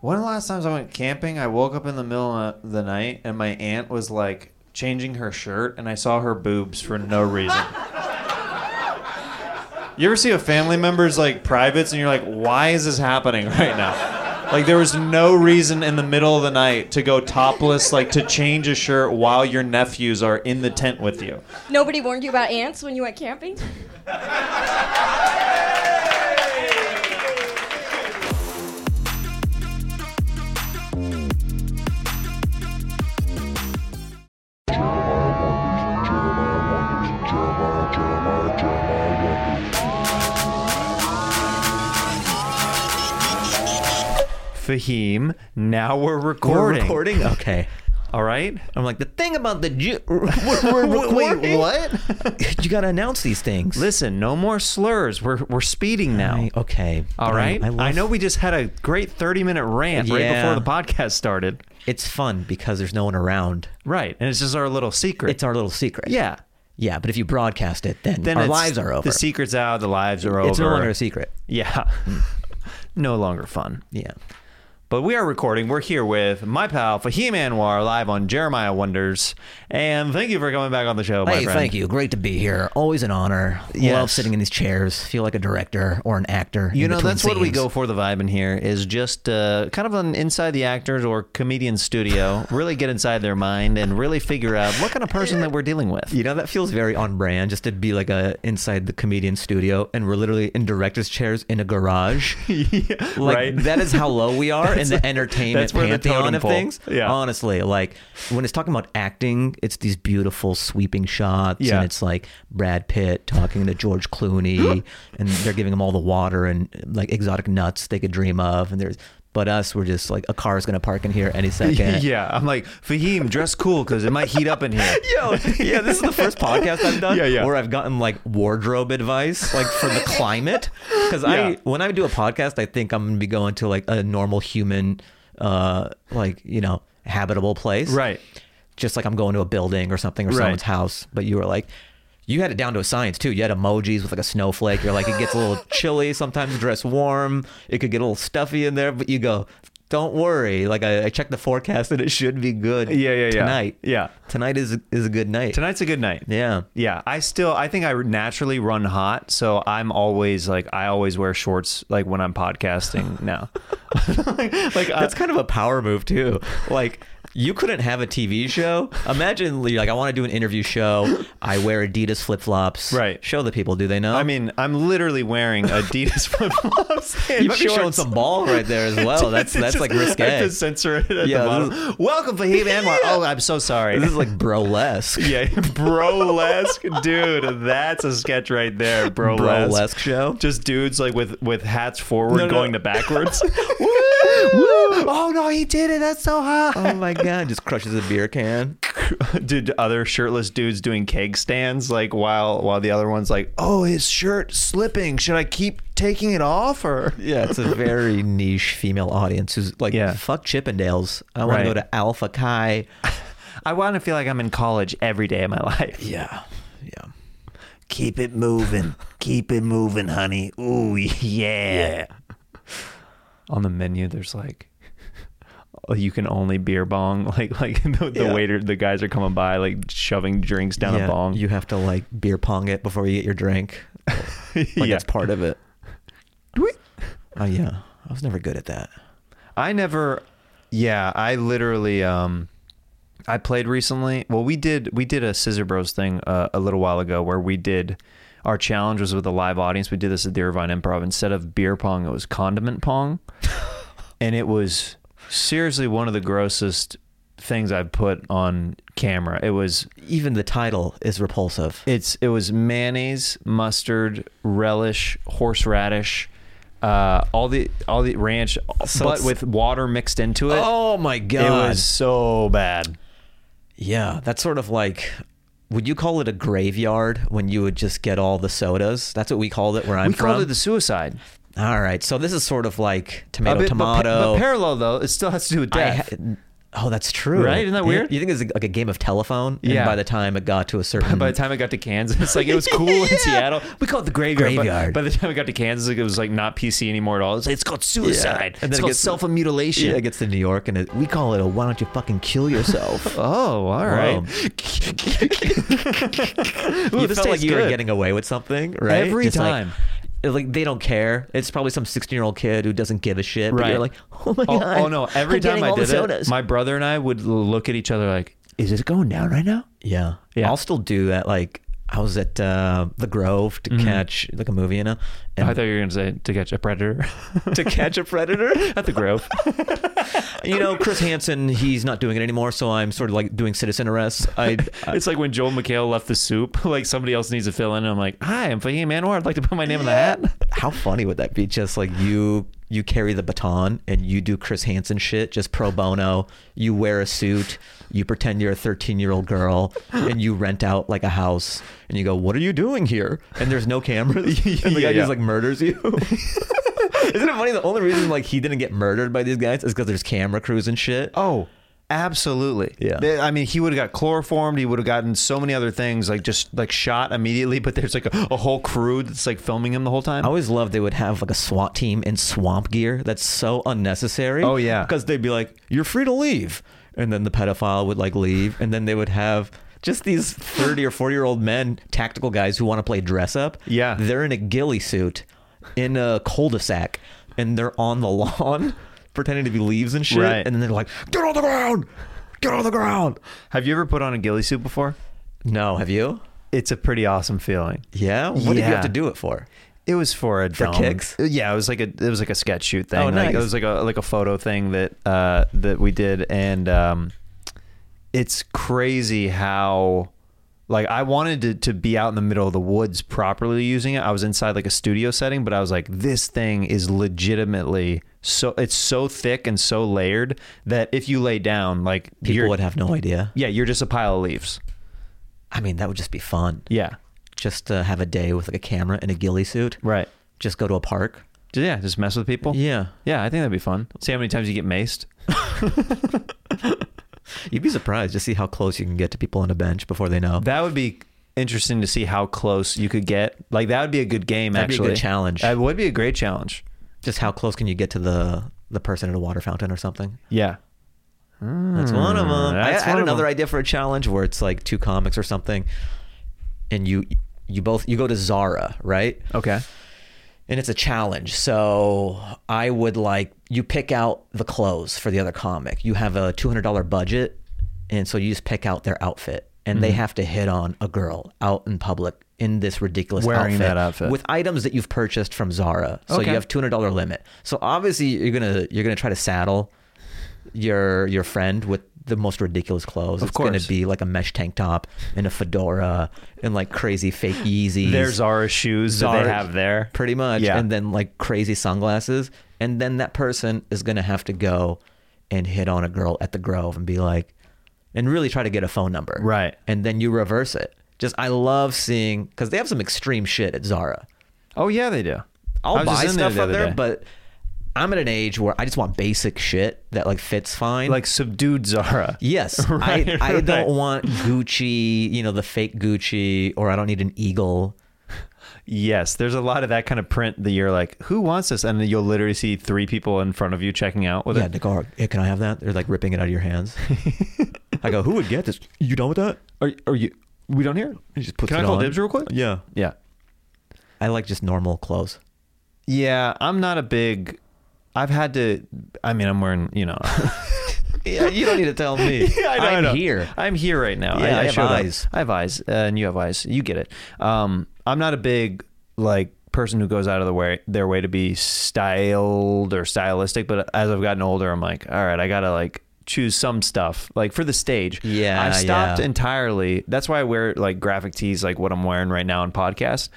One of the last times I went camping, I woke up in the middle of the night and my aunt was like changing her shirt and I saw her boobs for no reason. you ever see a family member's like privates and you're like, why is this happening right now? Like there was no reason in the middle of the night to go topless, like to change a shirt while your nephews are in the tent with you. Nobody warned you about ants when you went camping? Fahim, now we're We're recording. recording. Okay. All right. I'm like the thing about the Jew. We're, we're recording. Wait, what? You gotta announce these things. Listen, no more slurs. We're we're speeding now. I- okay. All But I- right. I, I, love, know we just had a great 30 minute rant Yeah. right before the podcast started. it's fun because there's no one around. Right. And it's just our little secret. It's our little secret. yeah. Yeah, but if you broadcast it, then, Then our it's- lives are over. The secret's out. The lives are over. it's no longer a secret. Yeah. no longer fun. Yeah. But we are recording. We're here with my pal Fahim Anwar live on Jeremiah Wonders. And thank you for coming back on the show, my hey, friend. thank you. Great to be here. Always an honor. Love Yes. sitting in these chairs. Feel like a director or an actor. You in know, between that's what we scenes. go for the vibe in here is just uh, kind of an inside the actors or comedian studio, really get inside their mind and really figure out what kind of person that we're dealing with. You know, that feels very on brand just to be like a inside the comedian studio and we're literally in director's chairs in a garage. like right. that is how low we are in the entertainment that's where the pantheon totem of pole- things. yeah. Honestly, like when it's talking about acting, it's these beautiful sweeping shots Yeah. and it's like Brad Pitt talking to George Clooney and they're giving him all the water and like exotic nuts they could dream of and there's but us we're just like a car is going to park in here any second. Yeah, I'm like Fahim, dress cool because it might heat up in here. Yo, yeah, this is the first podcast I've done Yeah, yeah. where I've gotten like wardrobe advice, like for the climate. Because Yeah. I, when I do a podcast, I think I'm gonna be going to like a normal human, uh, like you know, habitable place, Right. Just like I'm going to a building or something or Right. someone's house. But you were like, you had it down to a science too. You had emojis with like a snowflake. You're like, it gets a little chilly sometimes. Dress warm. It could get a little stuffy in there, but you go. Don't worry. Like I, I checked the forecast and it should be good. Yeah, yeah, yeah. Tonight. Yeah. Tonight is is a good night. Tonight's a good night. Yeah. Yeah, I still I think I naturally run hot, so I'm always like I always wear shorts like when I'm podcasting now. Like uh, that's kind of a power move too. Like you couldn't have a TV show. Imagine you're like I want to do an interview show. I wear Adidas flip flops. Right. Show the people. Do they know? I mean, I'm literally wearing Adidas flip flops. you might be showing some ball right there as well. That's that's like risque. I have to censor it at Yeah, the this bottom. Welcome, Fahim Anwar. Oh, I'm so sorry. this is like brolesque. Yeah, brolesque, dude. That's a sketch right there, brolesque. Brolesque show? Just dudes like with with hats forward No, no. going to backwards. Woo! Oh no, he did it. That's so hot. Oh my god! Just crushes a beer can. Dude, other shirtless dudes doing keg stands like while while the other one's like, "Oh, his shirt slipping. Should I keep taking it off or?" Yeah, it's a very niche female audience who's like, Yeah. fuck Chippendales. I want Right. to go to Alpha Chi. I want to feel like I'm in college every day of my life. Yeah, yeah. Keep it moving. Keep it moving, honey. Ooh, yeah. On the menu, there's like, oh, you can only beer bong. Like, like the, the Yeah. waiter, the guys are coming by, like shoving drinks down Yeah, a bong. You have to like beer pong it before you get your drink. Like Yeah. that's part of it. Oh yeah, I was never good at that. I never. Yeah, I literally. Um, I played recently. Well, we did we did a Scissor Bros thing uh, a little while ago where we did our challenge was with a live audience. We did this at the Irvine Improv. Instead of beer pong, it was condiment pong, and it was seriously one of the grossest things I've put on camera. It was Even the title is repulsive. it's it was mayonnaise, mustard, relish, horseradish, uh, all the all the ranch, So but it's- with water mixed into it. Oh my It God. was so bad. Yeah, that's sort of like. Would you call it a graveyard when you would just get all the sodas? That's what we called it where I'm we from. called it the suicide. all right, so this is sort of like A tomato, bit- but pa- tomato. But, parallel though, it still has to do with I death. ha- Oh, that's true. Right? Isn't that You- weird? You, think it's like a game of telephone? And Yeah. by the time it got to a certain, By the time I got to Kansas, like it was cool in Yeah. Seattle. We call it the graveyard. but Graveyard. by the time I got to Kansas, like, it was like not PC anymore at all. It's, like, it's called suicide. And then it's it called gets- self mutilation. yeah, it gets to New York, and it, we call it a "Why don't you fucking kill yourself?" oh, all right. Wow. Ooh, you this felt like tastes you were good. getting away with something, right? Every like- time. Like, they don't care. It's probably some 16 year old kid who doesn't give a shit. But Right. you're like, oh my Oh, god. oh, no! Every I'm time getting I all the did it, sodas." my brother and I would l- look at each other like, "Is it going down right now?" Yeah. Yeah. I'll still do that. Like, I was at uh, the Grove to catch like a movie, you know, Mm-hmm. I and thought you were going to say to catch a predator to catch a predator. at the Grove. you know, Chris Hansen, he's not doing it anymore, so I'm sort of like doing citizen arrest. I, I it's like when Joel McHale left the soup. Like somebody else needs to fill in. And I'm like, "Hi, I'm Fahim Anwar. I'd like to put my name in the hat." how funny would that be? Just like you, you carry the baton and you do Chris Hansen shit, just pro bono. You wear a suit, you pretend you're a 13 year old girl, and you rent out like a house, and you go, "What are you doing here?" And there's no cameras, and Yeah, the guy yeah. just like murders you. Isn't it funny? The only reason like he didn't get murdered by these guys is because there's camera crews and shit. Oh, absolutely. Yeah. They- I mean, he would have got chloroformed. He would have gotten so many other things, like just like shot immediately. But there's like a, a whole crew that's like filming him the whole time. I always loved they would have like a SWAT team in swamp gear. That's so unnecessary. Oh, yeah. because they'd be like, "You're free to leave," and then the pedophile would like leave, and then they would have just these thirty or forty year old men, tactical guys who want to play dress up. Yeah. they're in a ghillie suit, in a cul-de-sac, and they're on the lawn pretending to be leaves and shit. Right. And then they're like, "Get on the ground! Get on the ground!" Have you ever put on a ghillie suit before? No, have you? It's a pretty awesome feeling. Yeah. What did you Yeah. have to do it for? It was for a for kicks? Yeah, it was like a it was like a sketch shoot thing. Oh, Like, it nice. was like a like a photo thing that uh, that we did, and um, it's crazy how like I wanted to to be out in the middle of the woods properly using it. I was inside like a studio setting, but I was like, this thing is legitimately so it's so thick and so layered that if you lay down, like People you're, would have no idea. yeah, you're just a pile of leaves. I mean, that would just be fun. Yeah, just to have a day with like a camera and a ghillie suit. right. Just go to a park. Yeah, just mess with people. Yeah. yeah, I think that'd be fun. See how many times you get maced. You'd be surprised to see how close you can get to people on a bench before they know. That would be interesting to see how close you could get. Like that would be a good game. That'd be a actually, good challenge. That would be a great challenge. just how close can you get to the the person at a water fountain or something? Yeah. That's one of them. I, I Hmm, that's had one of another 'em. idea for a challenge where it's like two comics or something, and you you both you go to Zara, right? Okay. and it's a challenge. So I would like you pick out the clothes for the other comic. You have a two hundred dollar budget, and so you just pick out their outfit, and Mm-hmm. they have to hit on a girl out in public in this ridiculous Wearing outfit, that outfit. with items that you've purchased from Zara. So Okay. you have two hundred dollar limit. So obviously you're gonna you're gonna try to saddle your your friend with the most ridiculous clothes. Of it's gonna course. be like a mesh tank top and a fedora and like crazy fake Yeezys. Their Zara shoes that Zara- they have there. pretty much, Yeah. and then like crazy sunglasses, and then that person is gonna have to go and hit on a girl at the Grove and be like, and really try to get a phone number, Right. And then you reverse it. Just I love seeing because they have some extreme shit at Zara. Oh yeah, they do. I I'll was just buy in there stuff the up other there, day. but I'm at an age where I just want basic shit that like fits fine, like subdued Zara. Yes, Right, I, I right. don't want Gucci, you know, the fake Gucci, or I don't need an eagle. Yes, there's a lot of that kind of print that you're like, who wants this? And then you'll literally see three people in front of you checking out with Yeah, it. Nick, oh, yeah, can I have that? They're like ripping it out of your hands. I go, who would get this? You done with that? Are, are you? We don't hear. He just puts Can I it call on. dibs real quick? Yeah. Yeah. I like just normal clothes. Yeah, I'm not a big. I've had to. I mean, I'm wearing. You know. Yeah, you don't need to tell me. I'm here. I'm here right now. Yeah, I have showed up. eyes. I have eyes, uh, and you have eyes. You get it. Um, I'm not a big like person who goes out of the way their way to be styled or stylistic, but as I've gotten older, I'm like, all right, I gotta like choose some stuff like for the stage. Yeah, I've stopped yeah. entirely. That's why I wear like graphic tees, like what I'm wearing right now in podcast.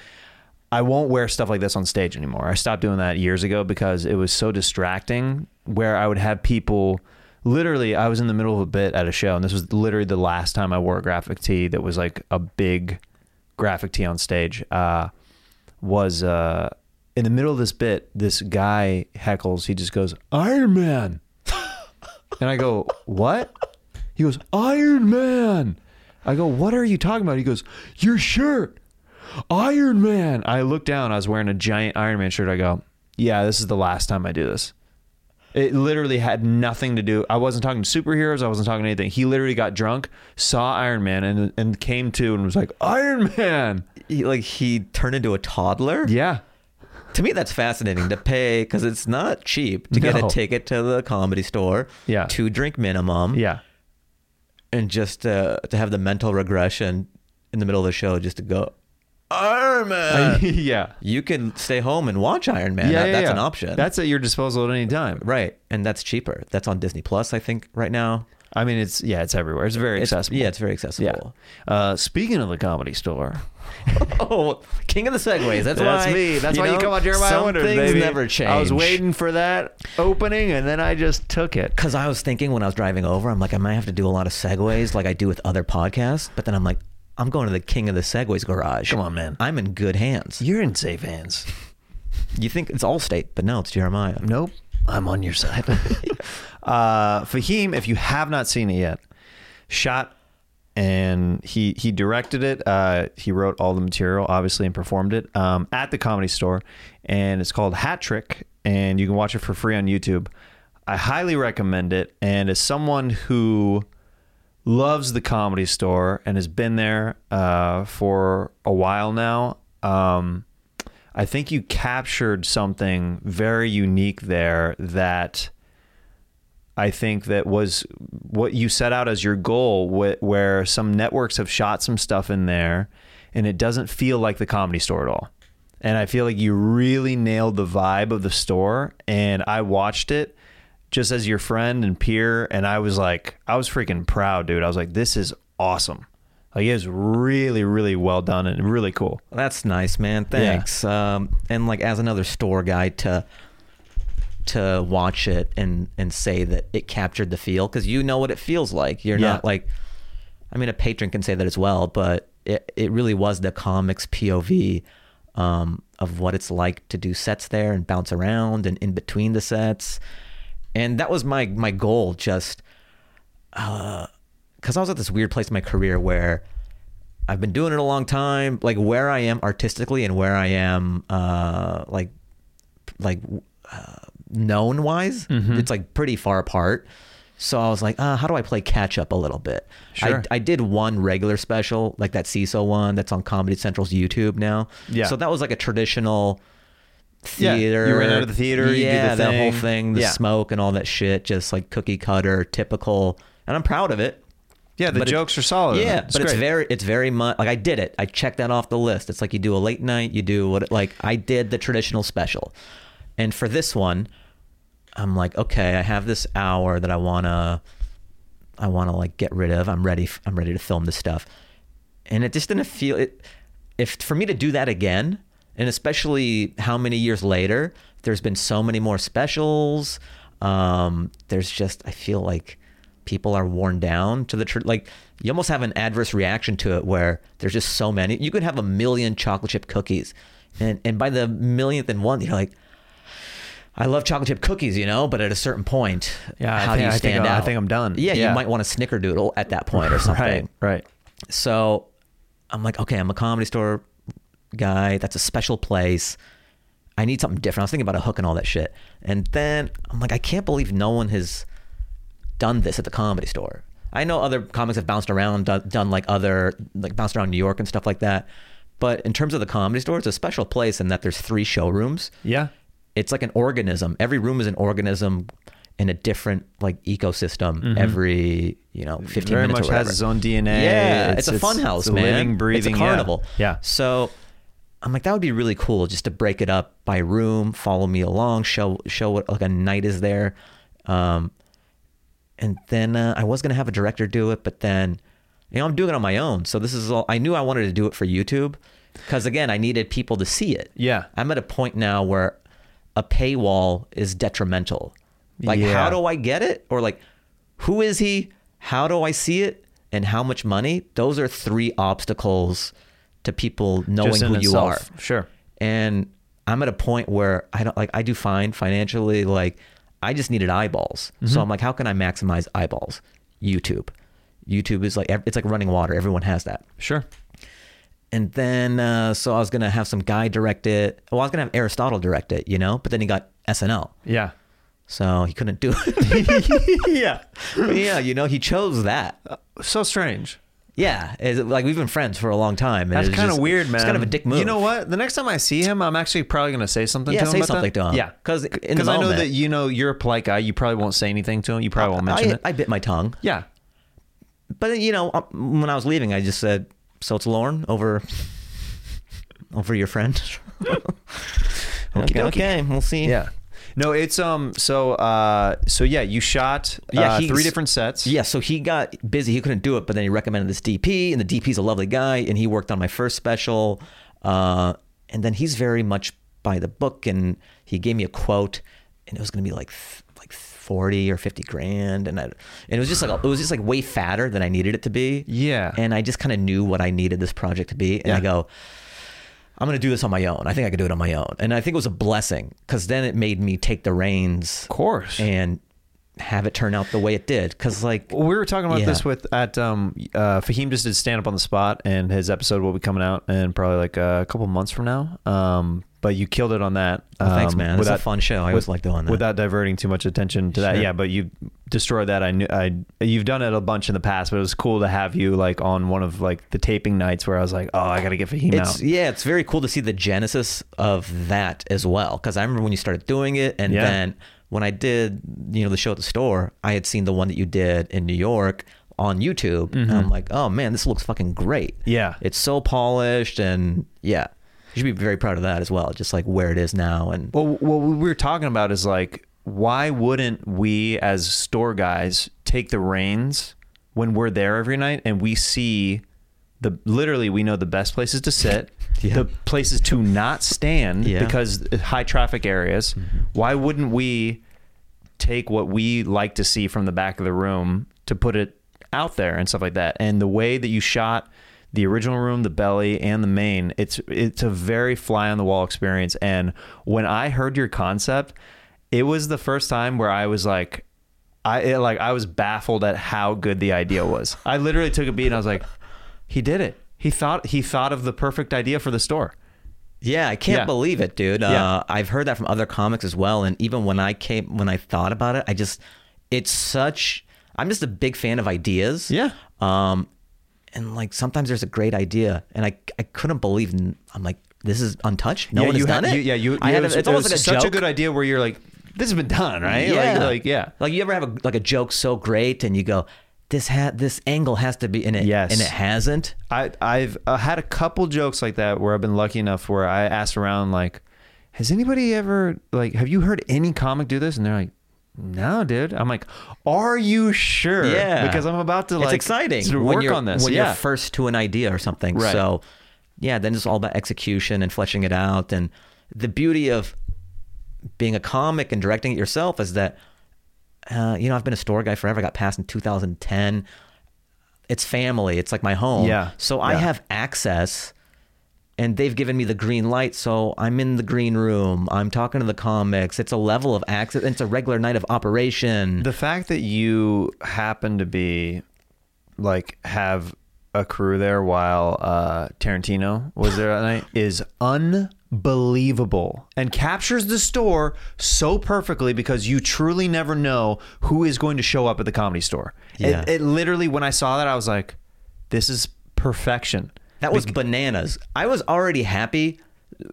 I won't wear stuff like this on stage anymore. I stopped doing that years ago because it was so distracting. Where I would have people, literally, I was in the middle of a bit at a show, and this was literally the last time I wore a graphic tee that was like a big graphic tee on stage. Uh, was uh, in the middle of this bit, this guy heckles. He just goes, "Iron Man." And I go, What? He goes, Iron Man. I go, What are you talking about? He goes, Your shirt. Iron Man. I look down. I was wearing a giant Iron Man shirt. I go, Yeah, this is the last time I do this. It literally had nothing to do. I wasn't talking to superheroes. I wasn't talking to anything. He literally got drunk, saw Iron Man, and and came to and was like, Iron Man. He, like he turned into a toddler. Yeah. To me, that's fascinating to pay because it's not cheap to get No. a ticket to the comedy store. Yeah. Two drink minimum. Yeah. And just uh, to have the mental regression in the middle of the show, just to go, Iron Man. yeah. you can stay home Uh, and watch Iron Man. That- that's an option. That's at your disposal at any time. right, and that's cheaper. That's on Disney Plus, I think, right now. I mean, it's yeah, it's everywhere. It's very It's- accessible. yeah, it's very accessible. Yeah. Uh, speaking of the comedy store, oh, king of the segways. That's, that's why me. That's why know, you come on Jeremiah some Wonders, Things baby. never change. I was waiting for that opening, and then I just took it. because I was thinking when I was driving over, I'm like, I might have to do a lot of segues like I do with other podcasts. But then I'm like, I'm going to the king of the segways garage. Come on, man. I'm in good hands. You're in safe hands. You think it's Allstate, but no, it's Jeremiah. Nope, I'm on your side. uh, Fahim, if you have not seen it yet, shot and he he directed it. Uh, he wrote all the material, obviously, and performed it um, at the Comedy Store, and it's called Hat Trick, and you can watch it for free on YouTube. I highly recommend it, and as someone who loves the Comedy Store and has been there uh, for a while now. Um, I think you captured something very unique there that I think that was what you set out as your goal, wh- where some networks have shot some stuff in there and it doesn't feel like the comedy store at all. And I feel like you really nailed the vibe of the store. And I watched it just as your friend and peer. And I was like, I was freaking proud, dude. I was like, this is awesome. Like, it was really, really well done and really cool. That's nice, man. Thanks. Um, and like as another store guy to to watch it and and say that it captured the feel because you know what it feels like. You're Yeah. not like, I mean, a patron can say that as well, but it it really was the comics POV um, of what it's like to do sets there and bounce around and in between the sets, and that was my my goal. Just because I was at this weird place in my career where I've been doing it a long time, like where I am artistically and where I am, uh, like, like uh, known wise, Mm-hmm. it's like pretty far apart. So I was like, uh, how do I play catch up a little bit? Sure. I, I did one regular special, like that CISO one that's on Comedy Central's YouTube now. Yeah. So that was like a traditional Yeah, you theater. ran out of the theater, you do the Yeah, that thing. whole thing, the Yeah. smoke and all that shit, just like cookie cutter, typical. And I'm proud of it. Yeah, the But it- jokes are solid. Yeah, but it's great. very, it's very much like I did it. I checked that off the list. It's like you do a late night, you do what, like I did the traditional special, and for this one, I'm like, okay, I have this hour that I wanna, I wanna like get rid of. I'm ready. f- I'm ready to film this stuff, and it just didn't feel it. If for me to do that again, and especially how many years later, there's been so many more specials. Um, there's just I feel like people are worn down to the tr- like you almost have an adverse reaction to it where there's just so many. You could have a million chocolate chip cookies, and and by the millionth and one, you're like. I love chocolate chip cookies, you know, but at a certain point, Yeah, I how think- do I you think uh, stand I- I out? think I'm done. Yeah, Yeah. you might want a snickerdoodle at that point or something. Right, right. So I'm like, okay, I'm a comedy store guy. That's a special place. I need something different. I was thinking about a hook and all that shit. And then I'm like, I can't believe no one has done this at the comedy store. I know other comics have bounced around, done, done like other, like bounced around New York and stuff like that. But in terms of the comedy store, it's a special place in that there's three showrooms Yeah. it's like an organism. Every room is an organism in a different like ecosystem. Every you know fifteen Mm-hmm. Very minutes much or has whatever. its own DNA. Yeah, It's- it's, a it's- fun house, it's a man. living, breathing, it's yeah. a carnival. Yeah. So I'm like, that would be really cool just to break it up by room. Follow me along. Show show what like a night is there. Um, and then uh, I was gonna have a director do it, but then you know I'm doing it on my own. So this is all I knew. I wanted to do it for YouTube because again, I needed people to see it. Yeah. I'm at a point now where a paywall is detrimental. Like, Yeah. how do I get it? Or like, who is he? How do I see it? And how much money? Those are three obstacles to people knowing Just in who you are itself. Sure. and I'm at a point where I don't like I do fine financially. Like I just needed eyeballs. Mm-hmm. So I'm like, how can I maximize eyeballs? YouTube. YouTube is like ev- it's like running water. Everyone has that. Sure. And then uh, so I was gonna have some guy direct it. Well, I was gonna have Aristotle direct it, you know. But then he got SNL, Yeah. so he couldn't do it. yeah. But yeah, you know, he chose that. So strange. Yeah, it's like we've been friends for a long time. and That's it's kind of just- weird, man. It's kind of a dick move. You know what? The next time I see him, I'm actually probably going to say something Yeah, to him. say about something that. to him. Yeah. 'Cause in the I know moment- that you know you're a polite guy. You probably won't say anything to him. You probably won't mention I, it. I bit my tongue. yeah. But you know, um, when I was leaving, I just said, "So it's Lauren over, over your friend." okay, dokie. okay, we'll see. Yeah. No, it's um. So uh. So yeah, you shot uh, Yeah, he's- three different sets. Yeah, so he got busy. He couldn't do it, but then he recommended this DP, and the DP's a lovely guy, and he worked on my first special. Uh, and then he's very much by the book, and he gave me a quote, and it was going to be like th- like forty or fifty grand, and I, and it was just like it was just like way fatter than I needed it to be. Yeah. and I just kind of knew what I needed this project to be, and I Yeah. go. I'm gonna do this on my own. I think I could do it on my own, and I think it was a blessing because then it made me take the reins Of course. and have it turn out the way it did. Because like Well, we were talking about Yeah. this with at um uh Fahim just did stand up on the spot and his episode will be coming out in probably like uh, a couple months from now. Um but you killed it on that. Well, Oh, thanks, um, man. It's a fun show. I always like doing that. Without diverting too much attention to that. Sure. Yeah, but you destroyed that. I knew I you've done it a bunch in the past, but it was cool to have you like on one of like the taping nights where I was like, "Oh, I got to get Fahim it's out." yeah, it's very cool to see the genesis of that as well. Because I remember when you started doing it, and Yeah. then when I did, you know, the show at the store, I had seen the one that you did in New York on YouTube, and I'm like, oh man, this looks fucking great. Mm-hmm. Yeah. it's so polished, and yeah, you should be very proud of that as well. Just like where it is now, and Well, what we were talking about is like, why wouldn't we as store guys take the reins when we're there every night and we see the literally we know the best places to sit, Yeah. the places to not stand Yeah. because high traffic areas. Why wouldn't we take what we like to see from the back of the room to put it out there and stuff like that. And the way that you shot the original room, the belly, and the main, it's it's a very fly on the wall experience. And when I heard your concept, it was the first time where I was like, I it, like I was baffled at how good the idea was. I literally took a beat and I was like, he did it. He thought he thought of the perfect idea for the store. Yeah, I can't Yeah. believe it, dude. Yeah. Uh, I've heard that from other comics as well, and even when I came, when I thought about it, I just, it's such. I'm just a big fan of ideas. Yeah. Um, and like sometimes there's a great idea, and I I couldn't believe. n- I'm like, this is untouched. No yeah, one you has done had- it. you- yeah, you. I it had a- was- it's it almost was like a such joke. a good idea where you're like, this has been done, right? Yeah. Like, like yeah. Like you ever have a, like a joke so great, and you go, this had this angle has to be in it. Yes. And it hasn't. I I've uh, had a couple jokes like that where I've been lucky enough where I asked around like, has anybody ever like have you heard any comic do this? And they're like, no, dude. I'm like, are you sure? Yeah, because I'm about to It's like exciting to when work you're- on this. when yeah, you're first to an idea or something. Right. So, yeah, then it's all about execution and fleshing it out. And the beauty of being a comic and directing it yourself is that, uh, you know, I've been a store guy forever. I got passed in 2010. It's family. It's like my home. Yeah. So I Yeah. have access and they've given me the green light so i'm in the green room i'm talking to the comics it's a level of access and it's a regular night of operation the fact that you happen to be like have a crew there while uh, Tarantino was there that night is unbelievable and captures the store so perfectly because you truly never know who is going to show up at the comedy store. It- Yeah. It, literally, when I saw that, I was like, this is perfection. That was bananas. I was already happy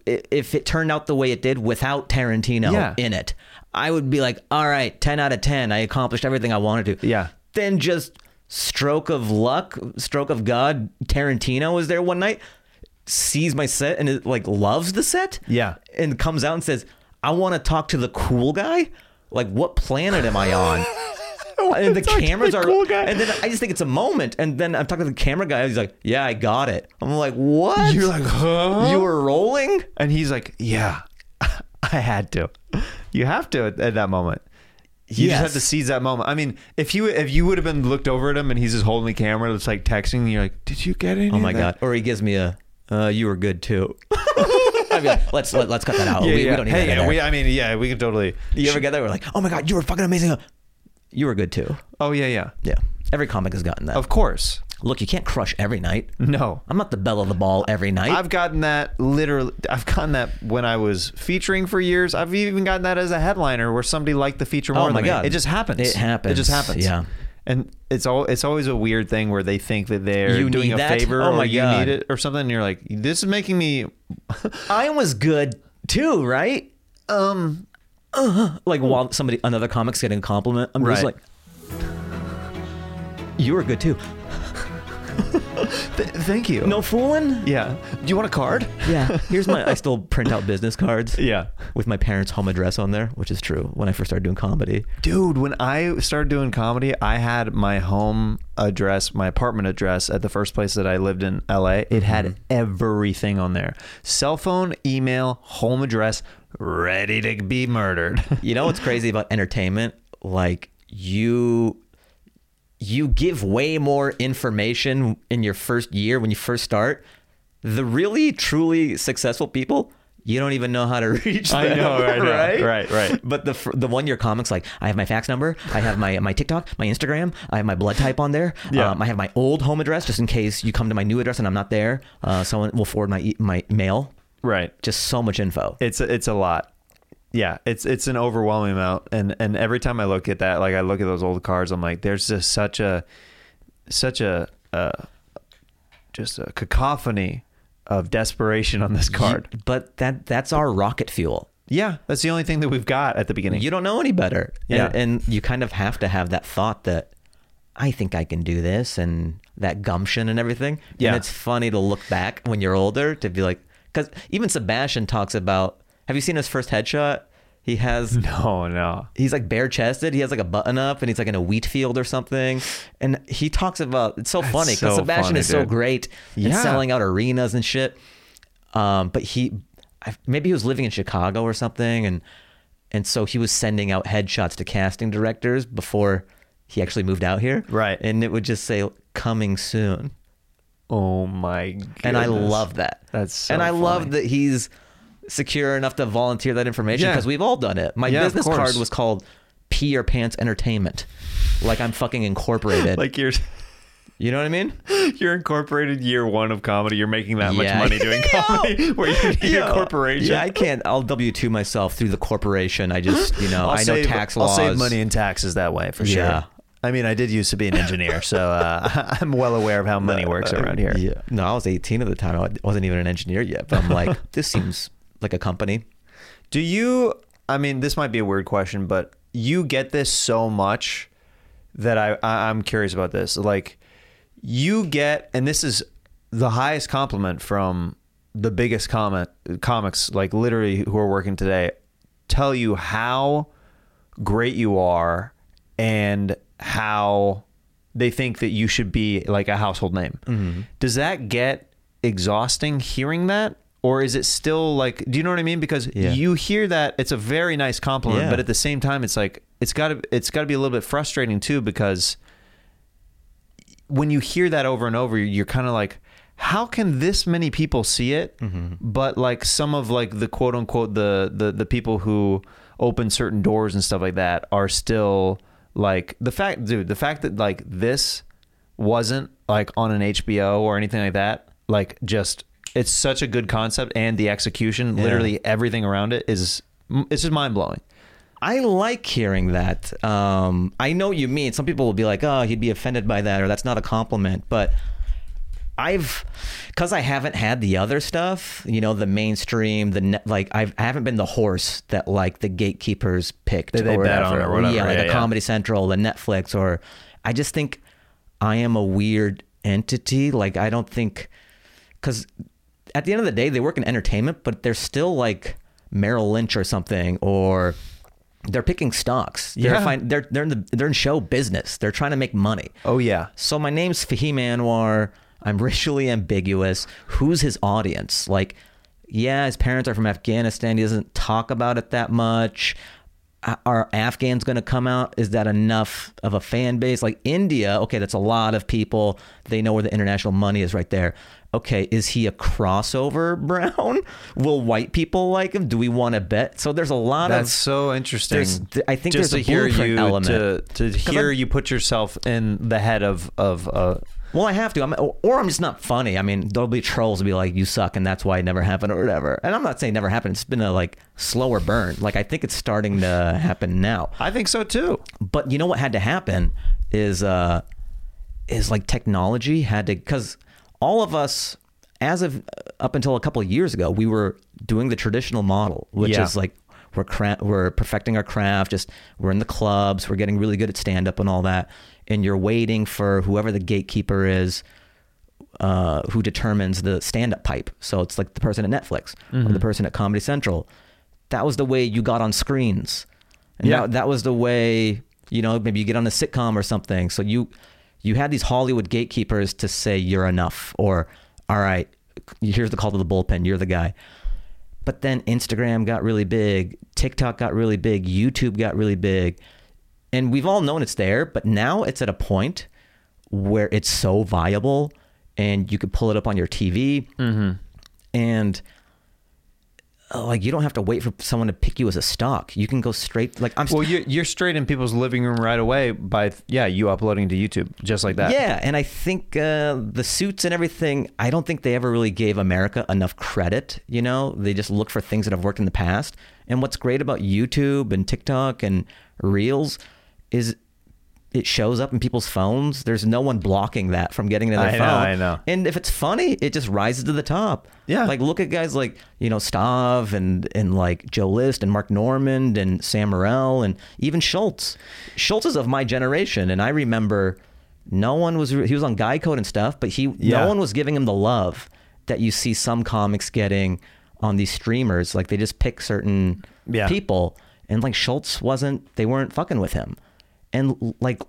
i- if it turned out the way it did without Tarantino Yeah. in it. I would be like, all right, 10 out of 10. I accomplished everything I wanted to. Yeah. Then just stroke of luck, stroke of God, Tarantino was there one night, sees my set and it, like loves the set. Yeah. And comes out and says, I want to talk to the cool guy. Like, what planet am I on? and the cameras are cool guy. and then I just think it's a moment. And then I'm talking to the camera guy. He's like, "Yeah, I got it." I'm like, "What? You're like, huh? you were rolling?" and he's like, yeah, I had to. You have to at, at that moment. You Yes. just have to seize that moment. I mean, if you if you would have been looked over at him and he's just holding the camera, it's like texting, and you're like, "Did you get any?" Oh my god! Or he gives me a, uh, "You were good too." I I'd be like, let's let, let's cut that out. Oh, we, we don't hey, need that. in yeah, there. we, I mean, yeah, we can totally. you ever get that? We're like, oh my god, you were fucking amazing. You were good too. Oh yeah, yeah. Yeah. Every comic has gotten that. Of course. Look, you can't crush every night. No. I'm not the belle of the ball every night. I've gotten that literally. I've gotten that when I was featuring for years. I've even gotten that as a headliner where somebody liked the feature more. Oh my than me. God. It just happens. It happens. It just happens. Yeah. And it's all. It's always a weird thing where they think that they're You doing need a that? favor Oh my or you God. need it or something. And you're like, this is making me. I was good too, right? Um. Like while somebody another comic's getting a compliment, I'm just Right. like, you were good too. th- thank you. No fooling. Yeah. Do you want a card? Yeah. Here's my. I still print out business cards. Yeah. With my parents' home address on there, which is true. When I first started doing comedy, Dude, when I started doing comedy, I had my home address, my apartment address at the first place that I lived in LA. It had everything on there cell phone, email, home address, ready to be murdered. you know what's crazy about entertainment? Like you, you give way more information in your first year when you first start. The really truly successful people, you don't even know how to reach. I them, know, I know. Right, right. But the fr- the one year comics like I have my fax number, I have my my TikTok, my Instagram, I have my blood type on there. Yeah. Um, I have my old home address just in case you come to my new address and I'm not there. Uh, someone will forward my e- my mail. right. Just so much info. It's a, it's a lot. Yeah, it's it's an overwhelming amount, and and every time I look at that, like I look at those old cards, I'm like, there's just such a, such a, uh, just a cacophony of desperation on this card. You- but that that's our rocket fuel. Yeah, that's the only thing that we've got at the beginning. You don't know any better. Yeah. And, and you kind of have to have that thought that I think I can do this and that gumption and everything. Yeah. And it's funny to look back when you're older to be like, because even Sebastian talks about, have you seen his first headshot? He has no, no. he's like bare chested. He has like a button up and he's like in a wheat field or something. And he talks about it's so funny so because Sebastian funny, is so dude. great and Yeah. selling out arenas and shit. Um, but he, I, maybe he was living in Chicago or something, and and so he was sending out headshots to casting directors before he actually moved out here. Right. and it would just say coming soon, Oh my god. and I love that. That's so and I love funny. that he's secure enough to volunteer that information Yeah. because we've all done it. My Yeah, of business course. card was called Pee Your Pants Entertainment. Like I'm fucking incorporated. like you're you know what I mean? you're incorporated year one of comedy. You're making that Yeah. much money doing comedy where you need Yo. a corporation. Yeah, I can't. I'll W two myself through the corporation. I just, you know, I'll i know save- tax laws. I'll save money in taxes that way for sure. Yeah. I mean, I did used to be an engineer, so uh, I'm well aware of how money works around here. Yeah. No, I was 18 at the time. I wasn't even an engineer yet, but I'm like, this seems like a company. Do you? I mean, this might be a weird question, but you get this so much that I, I I'm curious about this. Like, you get, and this is the highest compliment from the biggest comic comics, like literally who are working today, tell you how great you are and how they think that you should be like a household name. Does that get exhausting hearing that? Or is it still like, do you know what I mean? Because Yeah. you hear that, it's a very nice compliment, Yeah. but at the same time, it's like, it's gotta, it's gotta be a little bit frustrating too, because when you hear that over and over, you're kind of like, how can this many people see it? But like some of like the quote unquote the the the people who open certain doors and stuff like that are still like the fact, dude, the fact that like this wasn't like on an HBO or anything like that, like just it's such a good concept and the execution, Yeah. literally everything around it is it's just mind blowing. I like hearing that. Um, I know what you mean. Some people will be like, "Oh, he'd be offended by that," or "That's not a compliment." But I've, because I haven't had the other stuff, you know, the mainstream, the net, like I've, I haven't been the horse that like the gatekeepers picked That they or bet on whatever. or whatever. Yeah, like Yeah, a yeah. Comedy Central, the Netflix, or I just think I am a weird entity. Like I don't think because at the end of the day, they work in entertainment, but they're still like Merrill Lynch or something, or they're picking stocks. They're Yeah. fin- they're they're in the they're in show business. They're trying to make money. Oh yeah, So my name's Fahim Anwar. I'm racially ambiguous. Who's his audience? Like, yeah, his parents are from Afghanistan. He doesn't talk about it that much. a- are Afghans going to come out? Is that enough of a fan base? Like India, okay, that's a lot of people. They know where the international money is right there. Okay, is he a crossover Brown? Will white people like him? Do we want to bet? So there's a lot That's of so interesting. Um, there's- th- I think just there's a to hear blueprint you element. to to 'Cause hear I'm- you put yourself in the head of of uh, Well, I have to. I'm, or I'm just not funny. I mean, there'll be trolls who'll be like, "You suck," and that's why it never happened, or whatever. And I'm not saying it never happened. It's been a like slower burn. Like I think it's starting to happen now. I think so too. But you know what had to happen is uh is like technology had to because all of us as of uh, up until a couple of years ago we were doing the traditional model, which Yeah. is like we're cra- we're perfecting our craft. Just we're in the clubs, we're getting really good at stand up and all that. And you're waiting for whoever the gatekeeper is uh, who determines the stand up pipe. So it's like the person at Netflix or the person at Comedy Central. That was the way you got on screens. And Yeah. that, that was the way, you know, maybe you get on a sitcom or something. So you you had these Hollywood gatekeepers to say you're enough or all right, here's the call to the bullpen, you're the guy. But then Instagram got really big, TikTok got really big, YouTube got really big. And we've all known it's there, but now it's at a point where it's so viable and you could pull it up on your TV. And uh, like you don't have to wait for someone to pick you as a stock. You can go straight like I'm Well, you're, you're straight in people's living room right away by yeah you uploading to YouTube just like that. Yeah, and I think uh, the suits and everything. I don't think they ever really gave America enough credit. You know, they just look for things that have worked in the past. And what's great about YouTube and TikTok and Reels is it shows up in people's phones. There's no one blocking that from getting to their I know, phone. I know. And if it's funny, it just rises to the top. Yeah. Like look at guys like, you know, Stav and and like Joe List and Mark Normand and Sam Morrell and even Schultz. Schultz is of my generation and I remember no one was re- he was on Guy Code and stuff, but he Yeah. no one was giving him the love that you see some comics getting on these streamers. Like they just pick certain Yeah. people and like Schultz wasn't they weren't fucking with him. And like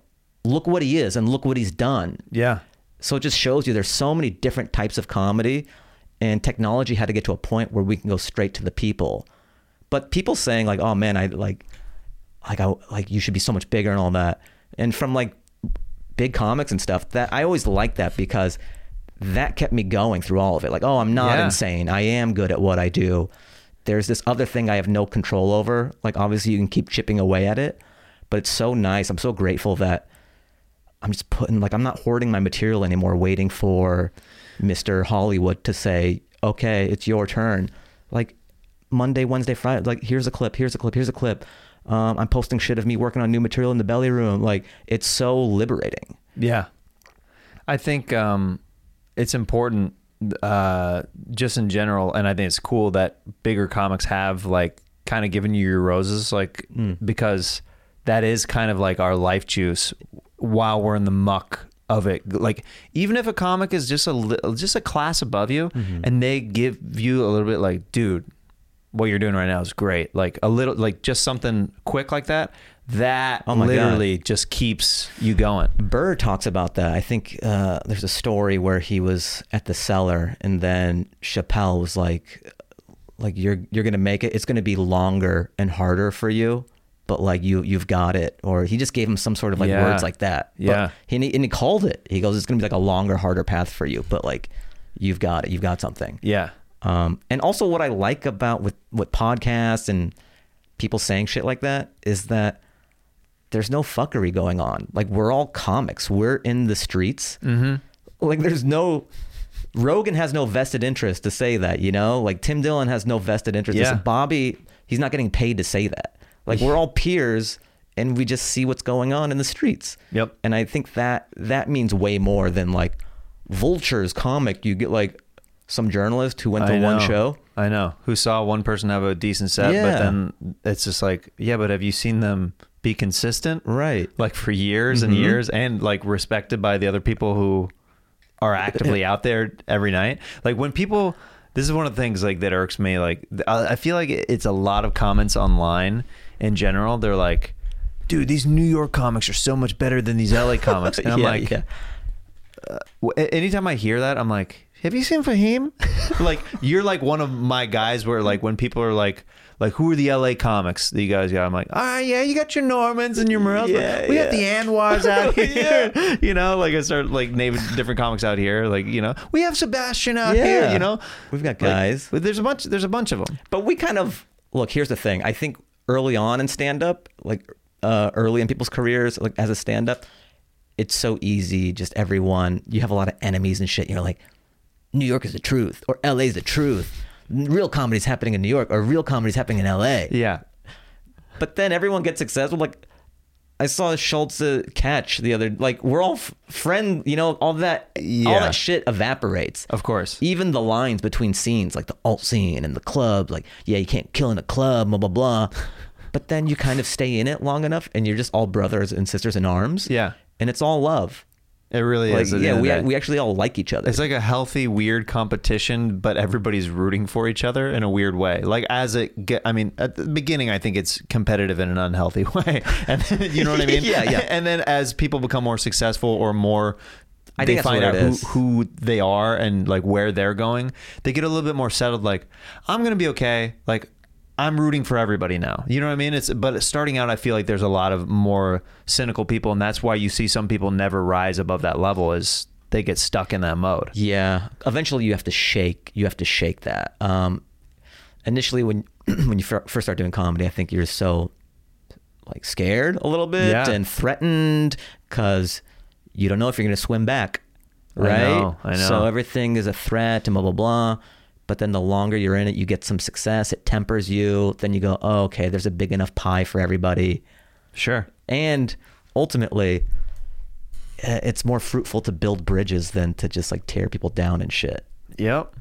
look what he is and look what he's done. yeah. So it just shows you there's so many different types of comedy, and technology had to get to a point where we can go straight to the people. But people saying like, "Oh man, I like, like I like you should be so much bigger and all that," and from like big comics and stuff. That I always liked that because that kept me going through all of it. Like, "Oh, I'm not Yeah. insane. I am good at what I do." There's this other thing I have no control over. Like, obviously, you can keep chipping away at it, but it's so nice. I'm so grateful that I'm just putting like I'm not hoarding my material anymore, waiting for Mr. Hollywood to say, "Okay, it's your turn." Like Monday, Wednesday, Friday. Like here's a clip. Here's a clip. Here's a clip. Um, I'm posting shit of me working on new material in the belly room. Like it's so liberating. Yeah. I think um, it's important uh, just in general. And I think it's cool that bigger comics have like kind of given you your roses, like Hmm. because that is kind of like our life juice while we're in the muck of it like even if a comic is just a li- just a class above you Mm-hmm. and they give you a little bit like dude what you're doing right now is great like a little like just something quick like that that Oh my God. literally just keeps you going Burr talks about that. I think uh, there's a story where he was at the cellar, and then Chappelle was like, "Like you're you're gonna make it. It's gonna be longer and harder for you, but like you you've got it." Or he just gave him some sort of like Yeah. words like that. But Yeah. he, and he and he called it. He goes, "It's gonna be like a longer, harder path for you, but like you've got it. You've got something." Yeah. Um, and also, what I like about with with podcasts and people saying shit like that is that there's no fuckery going on. Like we're all comics. We're in the streets. Mm-hmm. Like there's no. Rogan has no vested interest to say that, you know. Like Tim Dillon has no vested interest. Yeah. This- Bobby, he's not getting paid to say that. Like we're all peers, and we just see what's going on in the streets. Yep. And I think that that means way more than like vultures comic. You get like some journalist who went to one show. I know. Who saw one person have a decent set, but Yeah. then it's just like, yeah, but have you seen them be consistent? Right. Like for years Mm-hmm. and years and like respected by the other people who are actively out there every night. Like when people, this is one of the things like that irks me. Like I I feel like it's a lot of comments online in general. They're like, dude, these New York comics are so much better than these LA comics. And I'm Yeah, like, yeah. Well, a- anytime I hear that, I'm like, have you seen Fahim? like you're like one of my guys where like when people are like like who are the LA comics that you guys got? I'm like, ah, yeah, you got your Normans and your Morels. Yeah, we yeah. got the Anwars out here. You know, like I start like naming different comics out here. Like you know, we have Sebastian out here. Yeah. You know, We've got Like, guys. there's a bunch. There's a bunch of them. But we kind of look. Here's the thing. I think early on in stand up, like uh, early in people's careers, like as a stand up, it's so easy. Just everyone. You have a lot of enemies and shit. You're like, New York is the truth, or LA is the truth. Real comedy is happening in New York, or real comedy is happening in LA. Yeah. But then everyone gets successful. Like I saw Schultz uh, catch the other. Like we're all f- friend. You know, all that. All Yeah. that shit evaporates. Of course. Even the lines between scenes, like the alt scene and the club, like, yeah, you can't kill in a club, blah, blah, blah. But then you kind of stay in it long enough and you're just all brothers and sisters in arms. Yeah. And it's all love. It really Like, is. at the end yeah, of we, the day. we actually all like each other. It's like a healthy, weird competition, but everybody's rooting for each other in a weird way. Like as it, get, I mean, at the beginning, I think it's competitive in an unhealthy way, and then, you know what I mean? Yeah, yeah. And then as people become more successful or more, I they think that's find what out it is. who, who they are and like where they're going. They get a little bit more settled. Like I'm gonna be okay. Like. I'm rooting for everybody now. You know what I mean? It's but starting out, I feel like there's a lot of more cynical people, and that's why you see some people never rise above that level. Is they get stuck in that mode. Yeah. Eventually, you have to shake. You have to shake that. Um, initially, when when you fir- first start doing comedy, I think you're so like scared a little bit Yeah. and threatened because you don't know if you're going to swim back, I right? know, I know. So everything is a threat and blah blah blah. But then the longer you're in it, you get some success. It tempers you. Then you go, oh, okay, there's a big enough pie for everybody Sure. and ultimately uh, it's more fruitful to build bridges than to just like tear people down and shit Yep.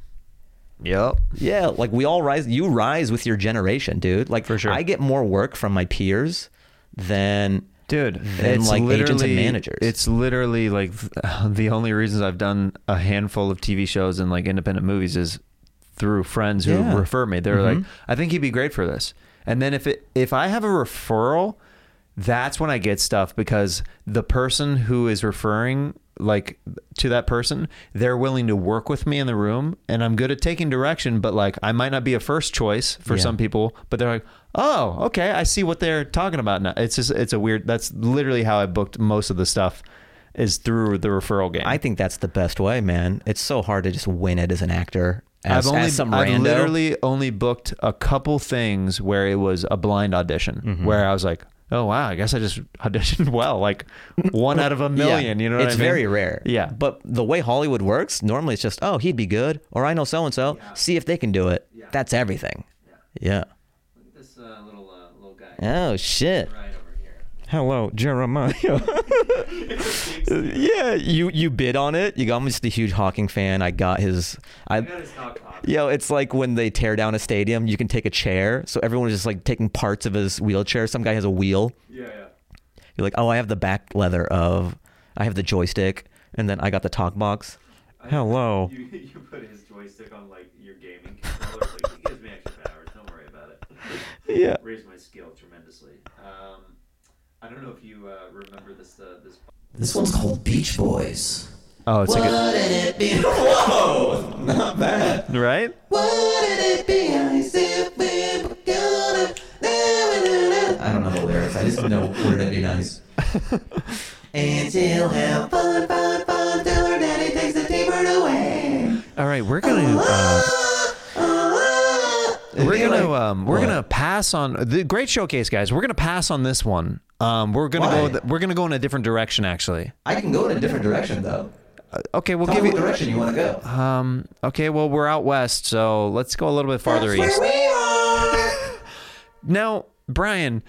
Yep. yeah like we all rise you rise with your generation dude like For sure. i get more work from my peers than Dude, than it's like agents literally- and managers It's literally like th- the only reasons I've done a handful of TV shows and like independent movies is through friends who Yeah. Mm-hmm. refer me. They're like, I think he'd be great for this. And then if it if I have a referral, that's when I get stuff because the person who is referring like to that person, they're willing to work with me in the room and I'm good at taking direction, but like I might not be a first choice for Yeah. some people, but they're like, "Oh, okay, I see what they're talking about now." It's just it's a weird that's literally how I booked most of the stuff is through the referral game. i think that's the best way man it's so hard to just win it as an actor as, only as some I've rando. literally only booked a couple things where it was a blind audition Mm-hmm. where I was like, "Oh wow, I guess I just auditioned well." Like one out of a Yeah. million, you know what it's I mean? very rare Yeah. but the way hollywood works normally it's just oh he'd be good or i know so and so see if they can do it that's everything yeah, This uh, little uh, little guy oh shit right over here. hello jeremiah yeah you you bid on it you got i'm just a huge hawking fan i got his i Yo, it's like when they tear down a stadium, you can take a chair. So everyone is just like taking parts of his wheelchair. Some guy has a wheel. Yeah, yeah. You're like, oh, I have the back leather of, I have the joystick, and then I got the talk box. Hello. You, you put his joystick on like your gaming controller. like, it gives me extra powers. Don't worry about it. Yeah. Raised my skill tremendously. Um, I don't know if you uh, remember this. Uh, this. This one's called Beach Boys. Oh, it's a Wouldn't it be? Whoa! Not bad. good right. Wouldn't it be nice if we were gonna? I don't know the lyrics. I just know wouldn't it be nice. and she'll have fun, fun, fun till her daddy takes the t away. All right, we're gonna. Uh, we're gonna um, we're gonna pass on the great showcase, guys. We're gonna pass on this one. Um, we're gonna go. Why? Th- we're gonna go in a different direction, actually. Uh, I can go in a different direction though. Okay, we'll Tell give me what you. direction you want to go. Um, okay, well we're out west, so let's go a little bit farther east. we are. Now, Brian,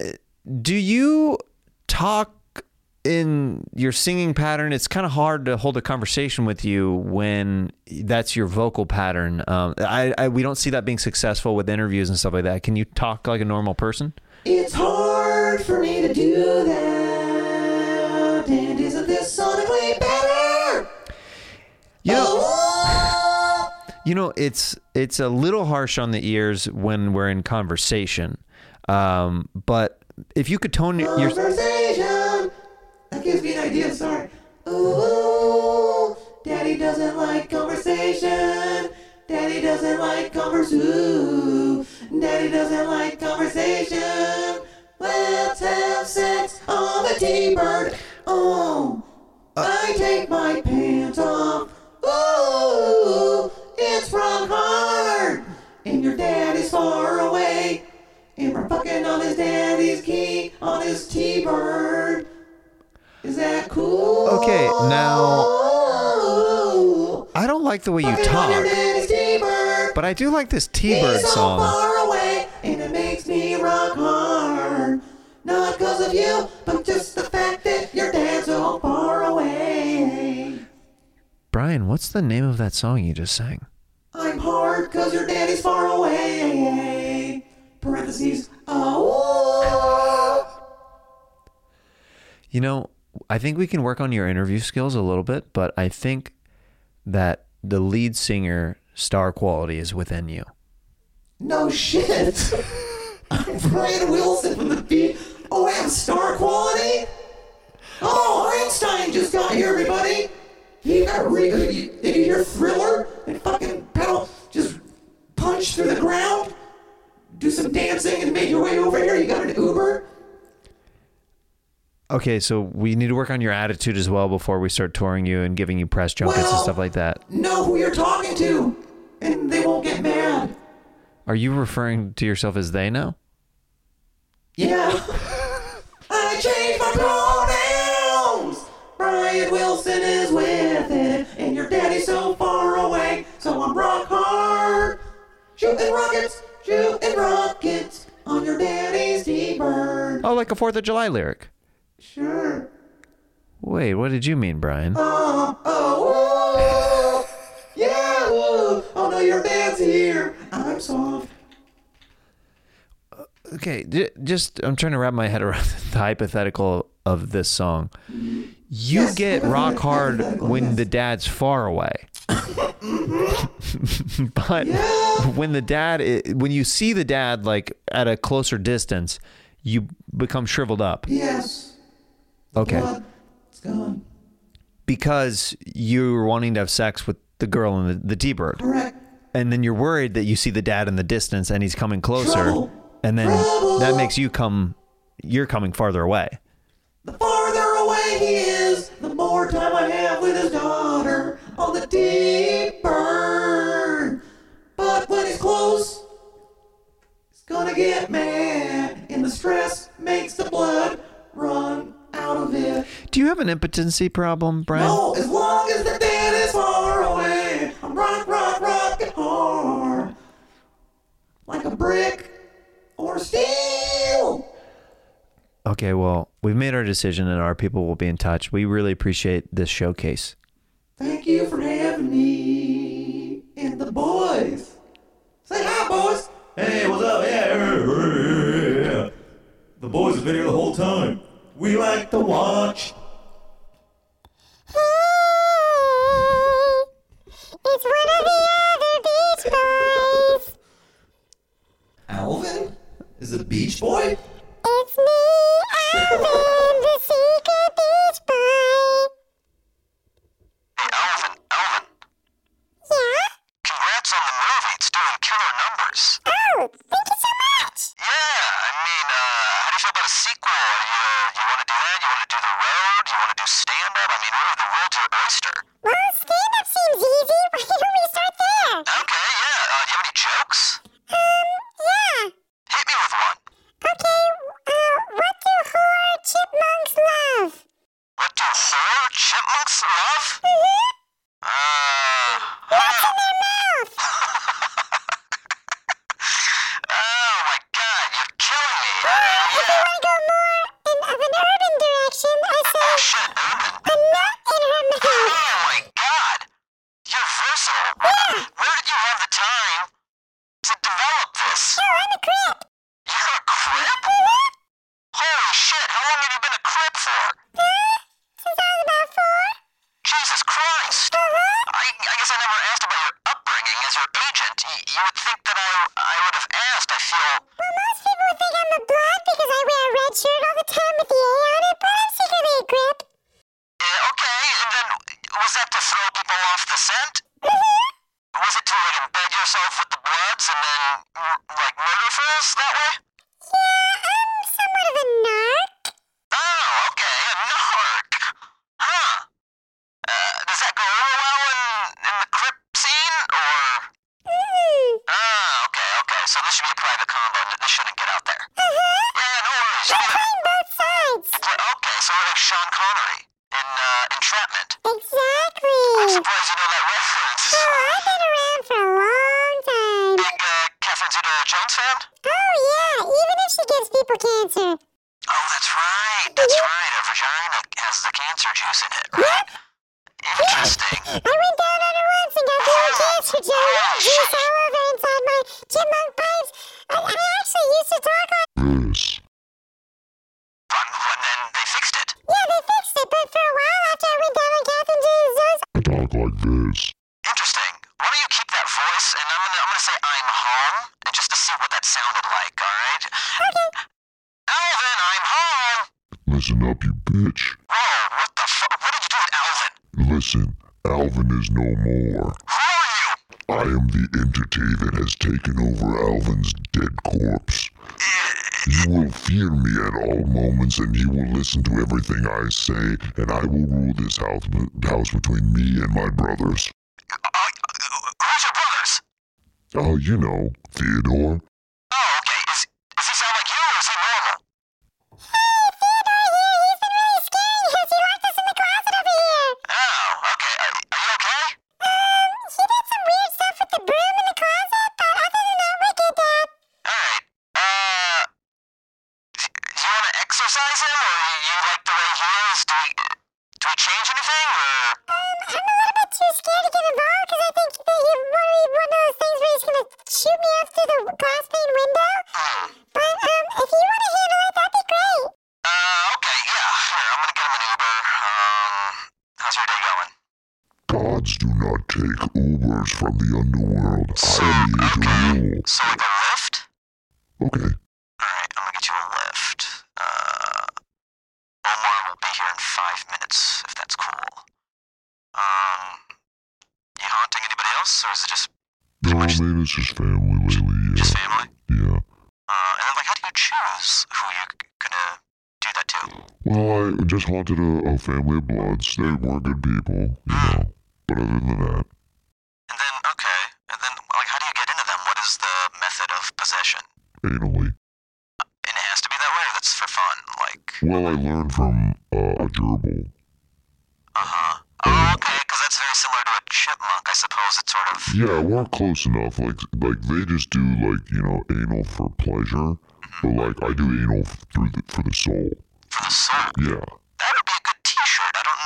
uh, do you talk in your singing pattern? It's kind of hard to hold a conversation with you when that's your vocal pattern. Um, I, I we don't see that being successful with interviews and stuff like that. Can you talk like a normal person? It's hard for me to do that. And isn't this sonically better? You know, Oh, you know, it's it's a little harsh on the ears when we're in conversation, um, but if you could tone your, your conversation. That gives me an idea. Sorry. Ooh, daddy doesn't like conversation. Daddy doesn't like conversation. Daddy doesn't like conversation. Let's have sex on the T-bird. Oh, I take my pants off. Ooh, it's from hard. And your dad is far away. And we're fucking on his daddy's key on his T-bird. Is that cool? Okay, now Ooh, I don't like the way you on your talk, daddy's T-bird. but I do like this T-Bird so song. far away, and it makes me rock hard. Not because of you, but just the fact that your dad's so far away. Brian, what's the name of that song you just sang? I'm hard because your daddy's far away. Parentheses. Oh. You know, I think we can work on your interview skills a little bit, but I think that the lead singer star quality is within you. No shit. I'm Brian Wilson from the B. Oh, I have star quality. Oh, Einstein just got here, everybody. He got re- uh, you- Did you hear Thriller? And fucking pedal just punch through the ground, do some dancing, and make your way over here. You got an Uber. Okay, so we need to work on your attitude as well before we start touring you and giving you press junkets and Well- stuff like that. Know who you're talking to, and they won't get mad. Are you referring to yourself as they now? Yeah. I changed my pronouns. Brian Wilson is with it, and your daddy's so far away, so I'm rock hard. Shooting rockets, shooting rockets on your daddy's T-bird. Oh, like a 4th of July lyric. Sure. Wait, what did you mean, Brian? Uh, oh, ooh. yeah, ooh. Oh no, your dad's here. I'm soft. Okay, j- just I'm trying to wrap my head around the hypothetical of this song. You Yes, get hypothetical, rock hard hypothetical, when yes. the dad's far away. but Yeah. when the dad i- when you see the dad like at a closer distance, you become shriveled up. Yes. Okay. God, it's gone. Because you're wanting to have sex with the girl and the, the T-bird. Correct. and then you're worried that you see the dad in the distance and he's coming closer Trouble. and then Trouble. that makes you come you're coming farther away The farther away he is, the more time I have with his daughter on the deep burn. But when he's close, he's gonna get mad, and the stress makes the blood run out of it. do you have an impotency problem brian Oh, as long as the dad is far away, I'm rock, rock, rockin' hard. Like a brick or steel. okay well we've made our decision and our people will be in touch we really appreciate this showcase Thank you for having me and the boys. Say hi, boys. Hey, what's up? Yeah, yeah. The boys have been here the whole time. We like to watch. Hi. It's one of the other Beach Boys. Alvin is a beach boy. It's me, Alvin, the secret Beach Boy. Hey, Alvin, Alvin, Yeah? congrats on the movie. It's doing killer numbers. Oh, thank you so much. Yeah, I mean, uh, how do you feel about a sequel? Are you, uh, you want to do that? You want to do The Road? You want to do stand up? I mean, really, the world's your oyster. Well, stand up seems easy. Why don't we start there? Okay, yeah. Uh, do you have any jokes? Um, yeah. Hit me with one. Okay, uh, what do horror chipmunks love? What do horror chipmunks love? Uh, I don't Mm-hmm. What's in their know. mouth? oh my god, you're killing me. Uh, If you yeah. want to go more in, of an urban direction, I Oh say shit, urban. a nut in her mouth. Oh my god! You're versatile. Where, where did you have the time to develop this? Oh, I'm a crip. You're a crip? Holy shit, how long have you been a crip for? Huh? Since I was about four. Jesus Christ! Oh, Uh, Ah, in uh, Entrapment. I'm Exactly. surprised you know that reference. Oh, I've been around for a long time. Big uh, Catherine Zeta-Jones fan? Oh, yeah, even if she gives people cancer. Oh, that's right. That's right. Her vagina has the cancer juice in it, right? Interesting. Oh, I went down on her once and got very cancer juice juice all over inside my chipmunk pipes. I, I actually used to talk like But, but then they fixed it. Yeah, they fixed it, but for a while after I went down on Catherine Jesus, Interesting. Why don't you keep that voice, and I'm gonna I'm gonna say I'm home, and just to see what that sounded like. All right. Okay. Alvin, I'm home. Listen up, you bitch. Whoa, what the fuck? What did you do with Alvin? Listen, Alvin is no more. Who are you? I am the entity that has taken over Alvin's dead corpse. You will fear me at all moments, and you will listen to everything I say, and I will rule this house, house between me and my brothers. Uh, who's your brothers? Oh, you know, Theodore. Oh, okay. Is does he sound like you, or is he normal? Oh, okay. Are, are you okay? All right. Uh, do, do you want to exercise him, or you, you like the way he is? Do we do we change anything, or? Shoot me out through the glass pane window, but um, if you want to handle it, that'd be great. Uh, okay, yeah, sure. I'm gonna get him an Uber. Um, how's your day going? Gods do not take Ubers from the underworld. I am here to So like a lift? rule. Okay, All right, I'm gonna get you a lift. Uh, Omar will be here in five minutes, if that's cool. Um, you haunting anybody else, or is it just no, man, it's just family lately. just family? Yeah, yeah. Uh, and then like, how do you choose who you're g- gonna do that to? Well, I just haunted a, a family of bloods. They were good people, you know. But other than that, And then okay, and then like, how do you get into them? What is the method of possession? anally. And it has to be that way, or that's for fun, like. Well, I learned from uh, a gerbil. Uh-huh. Oh, okay, because that's very similar to a chipmunk, I suppose. It's sort of. Yeah, we're close enough. Like, like they just do like you know anal for pleasure, but like I do anal f- through the, for the soul. for the soul. Yeah, That would be a good t shirt. I don't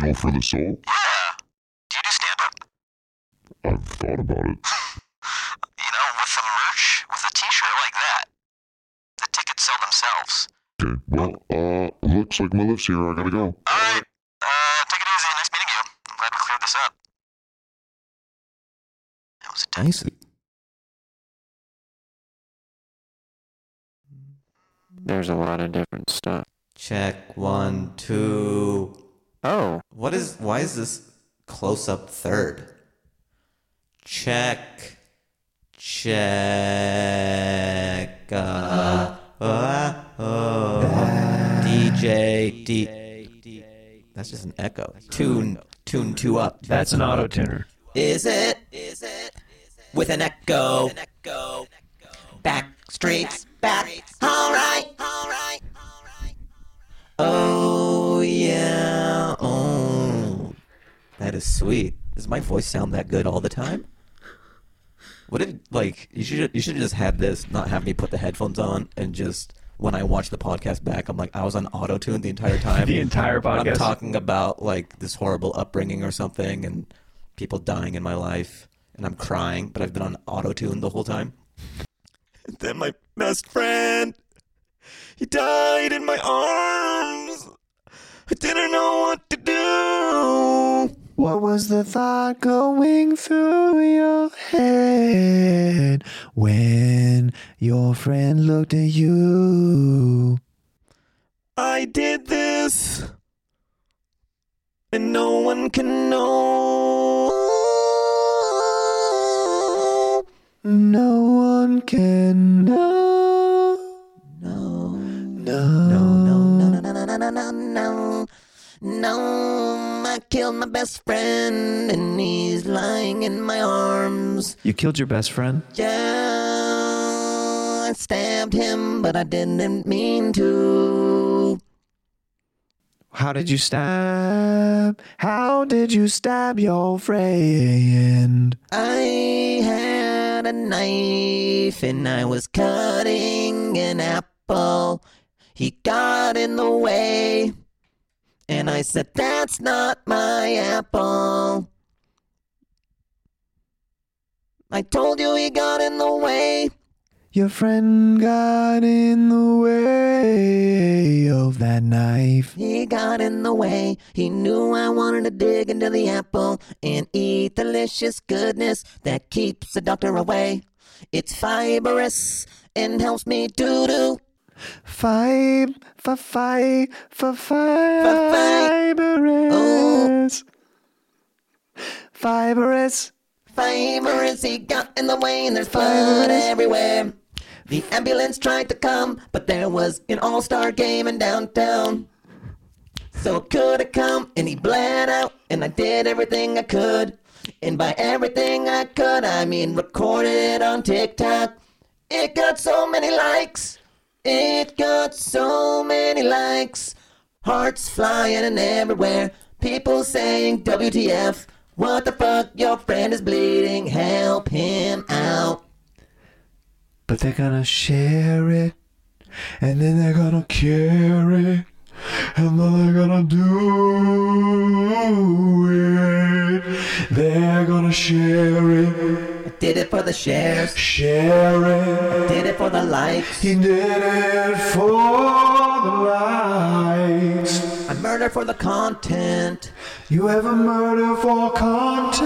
know. anal for the soul. Yeah. Do you do stand up? I've thought about it. You know, with the merch, with a t shirt like that, the tickets sell themselves. Okay. Well, uh, looks like my lift's here. I gotta go. All right. Uh, take it easy. Nice meeting you. I'm glad we cleared this up. That was a dead Nice. There's a lot of different stuff. Check one, two. Oh, What is? Why is this close up third? Check, check. Uh, uh, oh. DJ, D. That's just an echo. Tune, tune two up. That's an auto tuner. Is it? Is it? With an echo. Back streets, back. All right, all right. Oh yeah. Oh, that is sweet. Does my voice sound that good all the time? What did like you should you should have just had this, not have me put the headphones on, and just when I watch the podcast back, I'm like I was on auto tune the entire time. The entire I'm podcast. talking about like this horrible upbringing or something, and people dying in my life, and I'm crying, but I've been on auto tune the whole time. then my best friend, he died in my arms. I didn't know what to do. What was the thought going through your head when your friend looked at you? I did this, and no one can know. No one can know. No, no, No. no, no, no, no, no, no, no, no. I killed my best friend, and he's lying in my arms. You killed your best friend? Yeah, I stabbed him, but I didn't mean to. How did you stab? How did you stab your friend? I had a knife and I was cutting an apple. He got in the way. And I said, That's not my apple. I told you he got in the way. Your friend got in the way of that knife. He got in the way. He knew I wanted to dig into the apple and eat delicious goodness that keeps the doctor away. It's fibrous and helps me doo doo. Five, fi, fi, fi, fi- fibrous. Fibrous. Fibrous, he got in the way and there's blood everywhere. The ambulance tried to come, but there was an all star game in downtown. So it could have come, and he bled out, and I did everything I could. And by everything I could, I mean recorded it on TikTok. It got so many likes. It got so many likes. Hearts flying and everywhere. People saying, WTF. What the fuck? Your friend is bleeding. Help him out. But they're gonna share it, and then they're gonna cure it, and then they're gonna do it. They're gonna share it, I did it for the shares. share it. Did it for the likes. He did it for the lights. I murder for the content. You have a murder for content.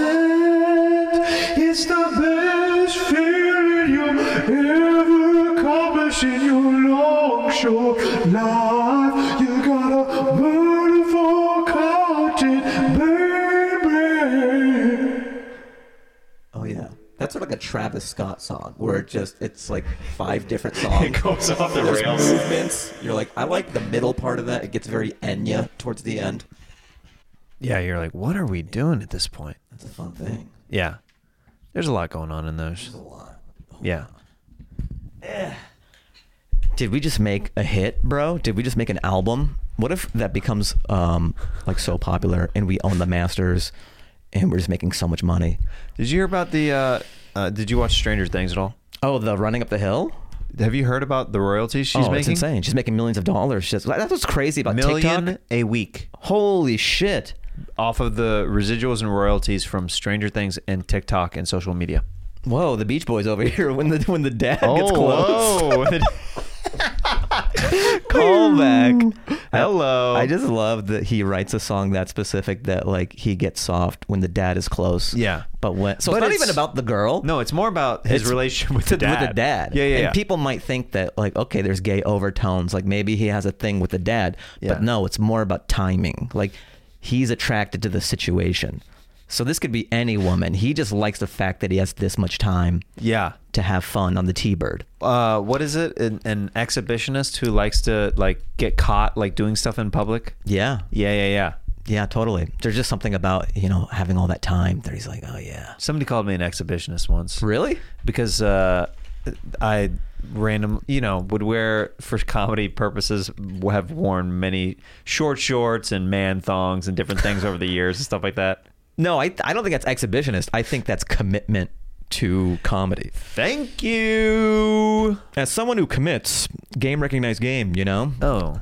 It's the best feeling you'll ever accomplish in your long, short life. You got a murder for content, baby. Oh yeah. That's sort of like a Travis Scott song where it just it's like five different songs. it goes off the There's rails. movements. You're like, I like the middle part of that. It gets very Enya towards the end. Yeah, you're like, what are we doing at this point? That's a fun thing. Yeah. There's a lot going on in those. There's a lot. Yeah. Did we just make a hit, bro? Did we just make an album? What if that becomes um like so popular and we own the masters and we're just making so much money? Did you hear about the? Uh, uh, did you watch Stranger Things at all? Oh, the running up the hill? Have you heard about the royalties she's oh, making? it's insane. She's making millions of dollars. She's, that's what's crazy about Million TikTok. a week Holy shit. off of the residuals and royalties from Stranger Things and TikTok and social media. Whoa, the Beach Boys over here when the when the dad gets close. Oh, whoa! Callback. Hello. I just love that he writes a song that specific that like he gets soft when the dad is close. Yeah. But when so But it's not it's- even about the girl. no, it's more about his It's- relationship with the with dad. the dad. Yeah, yeah. And yeah. people might think that like, okay, there's gay overtones. Like maybe he has a thing with the dad. Yeah. But no, it's more about timing. Like he's attracted to the situation. So this could be any woman. He just likes the fact that he has this much time Yeah. to have fun on the T Bird. Uh, what is it? An, an exhibitionist who likes to like get caught like doing stuff in public. Yeah. Yeah, yeah, yeah. Yeah, totally. There's just something about, you know, having all that time that he's like, Oh yeah. Somebody called me an exhibitionist once. Really? because uh, I random, you know, would wear for comedy purposes w- have worn many short shorts and man thongs and different things over the years and stuff like that. No, I I don't think that's exhibitionist. I think that's commitment to comedy. Thank you. As someone who commits, game recognized game, you know? Oh,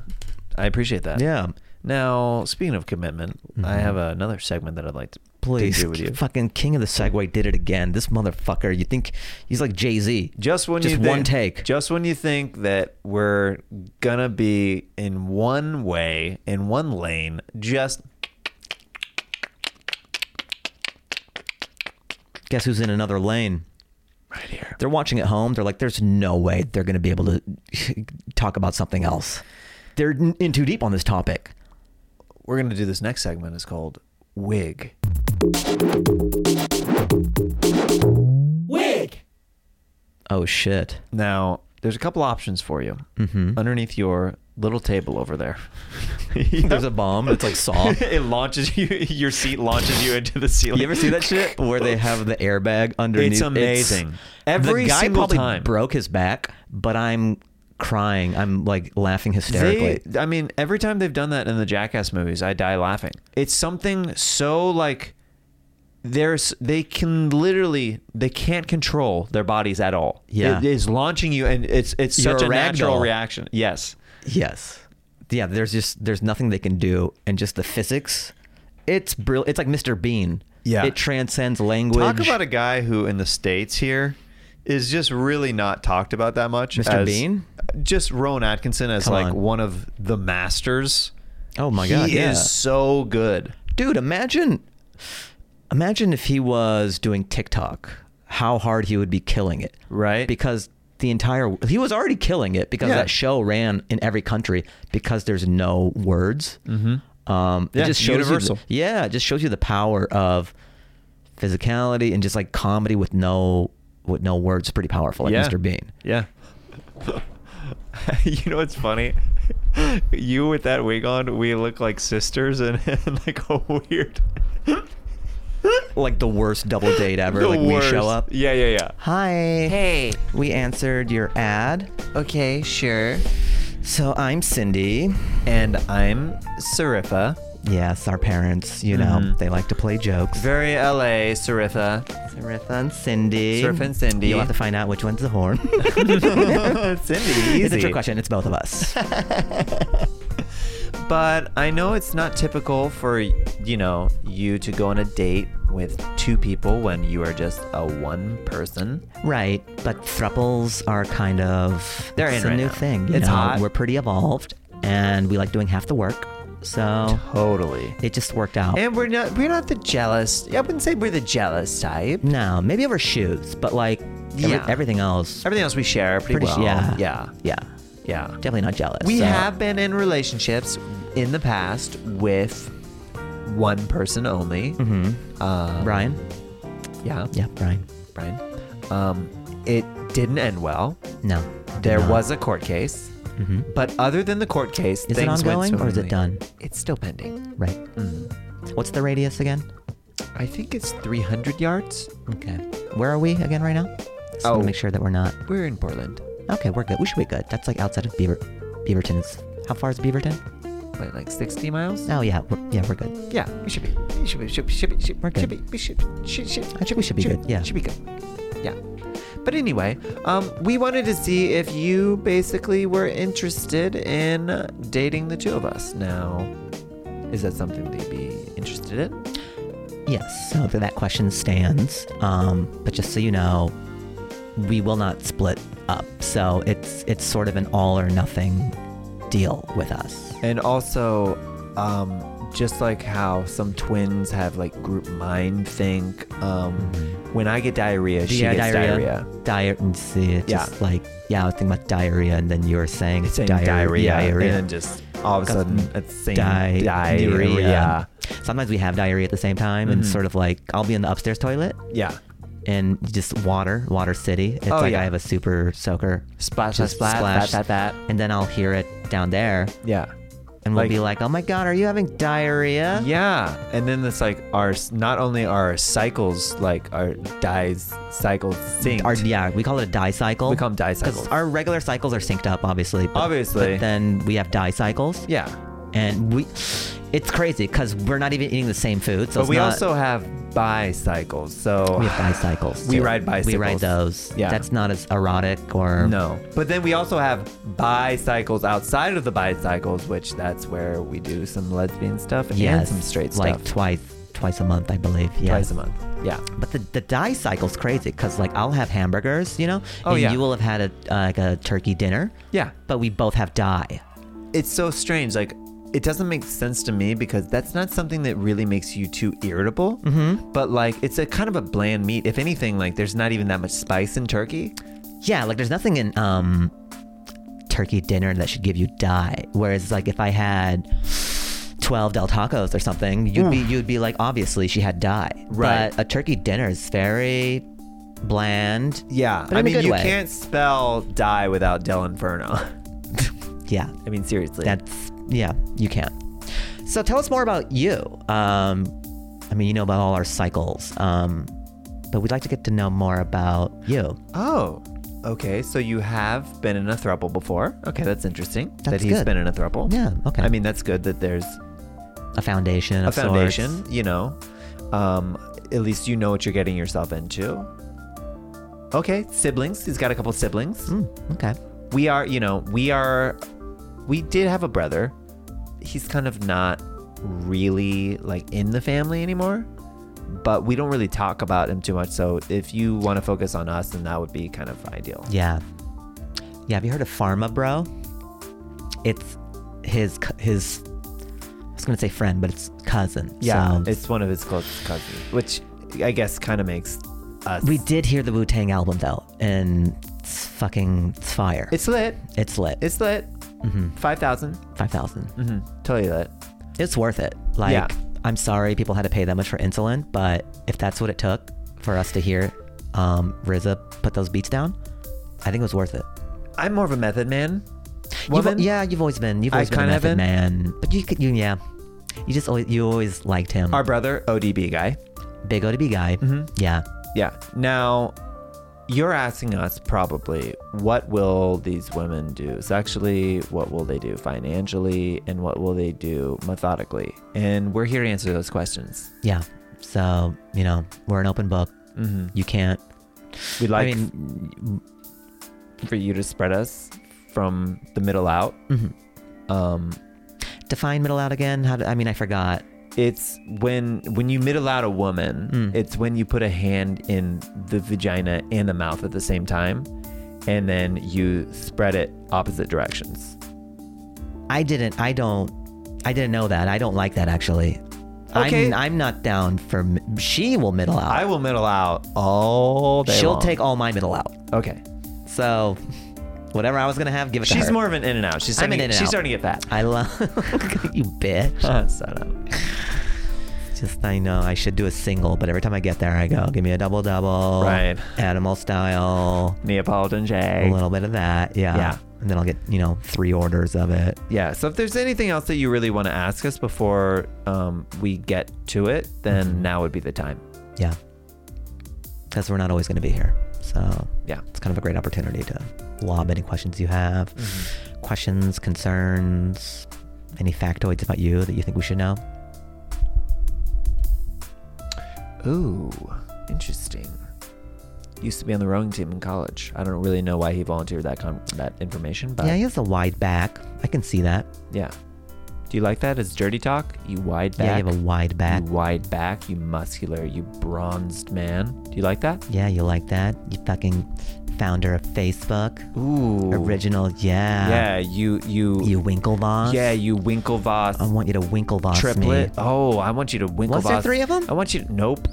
I appreciate that. Yeah. Now, speaking of commitment, I have another segment that I'd like to Please, to do with you. fucking king of the segue did it again. This motherfucker, you think he's like Jay Z? Just when just you think, one take. Just when you think that we're gonna be in one way, in one lane, just Guess who's in another lane? right here. They're watching at home. They're like, there's no way they're gonna be able to talk about something else. They're n- in too deep on this topic. we're going to do this next segment is called wig Oh shit. now there's a couple options for you Mm-hmm. underneath your little table over there There's a bomb. It's like saw. it launches you your seat launches you into the ceiling You ever see that shit where they have the airbag underneath? amazing. the Every guy single probably time. broke his back, but I'm crying. I'm like laughing hysterically. They, uh, I mean, every time they've done that in the Jackass movies, I die laughing. It's something so like there's they can literally they can't control their bodies at all. Yeah. it is launching you, and it's it's You're such a a, rag natural doll. reaction. Yes, Yes. Yeah, there's just there's nothing they can do and just the physics. It's brilliant. It's like Mr. Bean. Yeah. It transcends language. talk about a guy who in the states here is just really not talked about that much. Mr. as- Bean? just Rowan Atkinson as Come like on. one of the masters. Oh my god. he yeah. is so good. Dude, imagine imagine if he was doing TikTok, how hard he would be killing it. Right. Because the entire he was already killing it because Yeah. that show ran in every country because there's no words. Mm-hmm. Um, Yeah, it just shows universal. You the, yeah, it just shows you the power of physicality and just like comedy with no with no words. Pretty powerful, like Yeah. Mr. Bean. Yeah. you know what's funny? You with that wig on, we look like sisters and, and like a weird. Like the worst double date ever. The like worst. we show up. Yeah, yeah, yeah. Hi. Hey. We answered your ad. Okay, sure. So I'm Cindy. And I'm Sarifa. Yes, our parents, you know, Mm-hmm. they like to play jokes. Very LA, Sarifa. Surf and Cindy. Surf and Cindy. You'll have to find out which one's the horn. Cindy, It's a easy. trick question. It's both of us. But I know it's not typical for, you know, you to go on a date with two people when you are just a one person. right, but thruples are kind of They're it's in a right new now. thing. you It's know? hot. We're pretty evolved, and we like doing half the work. So Totally. it just worked out. And we're not we're not the jealous. I wouldn't say we're the jealous type. no, maybe over shoes, but like every- Yeah. everything else, Everything else we share pretty, pretty well. yeah, yeah. yeah, Yeah. definitely not jealous. We so- have been in relationships in the past with one person only. Mm-hmm. Um, Brian. Yeah, Hmm? Yeah, Brian. Brian. Um, it didn't end well. No, Mm-hmm. There was a court case, but other than the court case, Is it things ongoing went or is it done? swimmingly. It's still pending. right. Hmm. What's the radius again? I think it's 300 yards. Okay. Where are we again right now? Just want Oh. to make sure that we're not. We're in Portland, Okay, we're good. We should be good. That's like outside of Beaver, Beaverton. It's, how far is Beaverton? what, like 60 miles. Oh yeah, we're, yeah, we're good. Yeah, we should be. We should be. Should be. Should be. Should We're good. be. Should be. We should. Should. Should. I think we should be good. Yeah. Should be good. Yeah. But anyway, um, we wanted to see if you basically were interested in dating the two of us. Now, is that something that you'd be interested in? Yes. So that question stands. Um, but just so you know, we will not split up. So it's it's sort of an all or nothing deal with us. And also, um, just like how some twins have like group mind think. Um, When I get diarrhea, she Mm-hmm. Yeah, gets diarrhea. Diet and see. It's Yeah. just like yeah, I was thinking about diarrhea, and then you were saying It's saying diar- diarrhea, diarrhea. and then just all of a Got sudden it's saying di- diarrhea. diarrhea. Sometimes we have diarrhea at the same time, and Mm-hmm. sort of like I'll be in the upstairs toilet Yeah. and just water, water city. It's Oh, like yeah. I have a super soaker, Splash, splash, Just splash, splash. splash, that, that, that. and then I'll hear it down there, Yeah. and we'll Like- be like, "Oh my god, are you having diarrhea?" Yeah, and then it's like our not only are our cycles like our dies cycles synced. Our, yeah, we call it a die cycle. we call them die cycles. because our regular cycles are synced up, obviously. But, Obviously. but then we have die cycles, yeah, and we. It's crazy because we're not even eating the same food. but So it's we not- also have bicycles. So we have bicycles. We too. ride We ride bicycles. those. Yeah. that's not as erotic or no, but then we also have bicycles outside of the bicycles, which that's where we do some lesbian stuff and Yes, some straight like stuff twice twice a month, I believe. Yeah. twice a month. Yeah, But the, the die cycle's crazy because like I'll have hamburgers, you know, Oh, and yeah. you will have had a uh, like a turkey dinner, yeah. but we both have die. It's so strange. Like it doesn't make sense to me because that's not something that really makes you too irritable. Mm-hmm. But like it's a kind of a bland meat. If anything, like there's not even that much spice in turkey. Yeah, like there's nothing in um turkey dinner that should give you die. Whereas like if I had twelve del tacos or something, you'd be you'd be like obviously she had die. Mm. Right. But a turkey dinner is very bland. Yeah, But I in a mean good you way. can't spell die without Del Inferno. Yeah. I mean seriously. That's yeah, you can't. So tell us more about you. Um, I mean, you know about all our cycles, um, but we'd like to get to know more about you. oh, Okay, so you have been in a throuple before. Okay, that's interesting. that That's he's good. been in a throuple. Oh, Yeah, okay. I mean, that's good that there's A foundation. a of sorts. foundation, you know. Um, at least you know what you're getting yourself into. Okay, siblings. He's got a couple siblings. Hmm. Okay. We are, you know, we are, we did have a brother. He's kind of not really like in the family anymore, but we don't really talk about him too much. So if you want to focus on us, then that would be kind of ideal. Yeah. Yeah. Have you heard of Pharma Bro? It's his c- his. I was gonna say friend, but it's cousin. Yeah, so- it's one of his closest cousins, which I guess kind of makes us. We did hear the Wu Tang album though, and it's fucking it's fire. It's lit. it's lit. Mm-hmm. It's lit. Five thousand. Five thousand. Mm-hmm. Totally lit. It's worth it. Like Yeah. I'm sorry people had to pay that much for insulin, but if that's what it took for us to hear um, RZA put those beats down, I think it was worth it. I'm more of a method man. You've- Woman. yeah, you've always been. You've I always been a kinda have method been. man. But you could, you yeah, you just always you always liked him. Our Mm-hmm. brother, ODB guy. Big O to B guy. Yeah. Yeah. Now, you're asking us probably what will these women do sexually? What will they do financially? And what will they do methodically? And we're here to answer those questions. Yeah. So, you know, we're an open book. Mhm. You can't. We'd like I mean, for you to spread us from the middle out. Mhm. Um, define middle out again. How do, I mean, I forgot. it's when when you middle out a woman, it's when you put a hand in the vagina and the mouth at the same time, and then you spread it opposite directions. I didn't. I don't. I didn't know that. I don't like that actually. Okay. I'm, I'm not down for. m- She will middle out. I will middle out all day. She'll long. take all my middle out. Okay. So, whatever I was gonna have, give it to her. She's more of an in and out. She's I'm starting, an in and she's out. starting to get fat. I love you, bitch. Uh, Shut up. Just I know I should do a single, but every time I get there, I go, give me a double double, Right. Animal style, Neapolitan a J. little bit of that, yeah. Yeah. And then I'll get you know three orders of it. Yeah. So if there's anything else that you really want to ask us before um, we get to it, then Mm-hmm. now would be the time. Yeah. Because we're not always going to be here. So, Yeah. it's kind of a great opportunity to lob any questions you have, Mm-hmm. questions, concerns, any factoids about you that you think we should know. Ooh, interesting. Used to be on the rowing team in college. I don't really know why he volunteered that con- that information, but yeah, yeah, he has a wide back. I can see that. Do you like that? It's dirty talk. You wide Yeah, back. you have a wide back. You wide back. You muscular. You bronzed man. Do you like that? yeah, you like that. You fucking founder of Facebook. Ooh. Original, yeah. Yeah. You you. You Winklevoss. yeah. You Winklevoss. I want you to Winklevoss triplet. me. Oh, I want you to Winklevoss. Was there three of 'em? I want you. To, nope.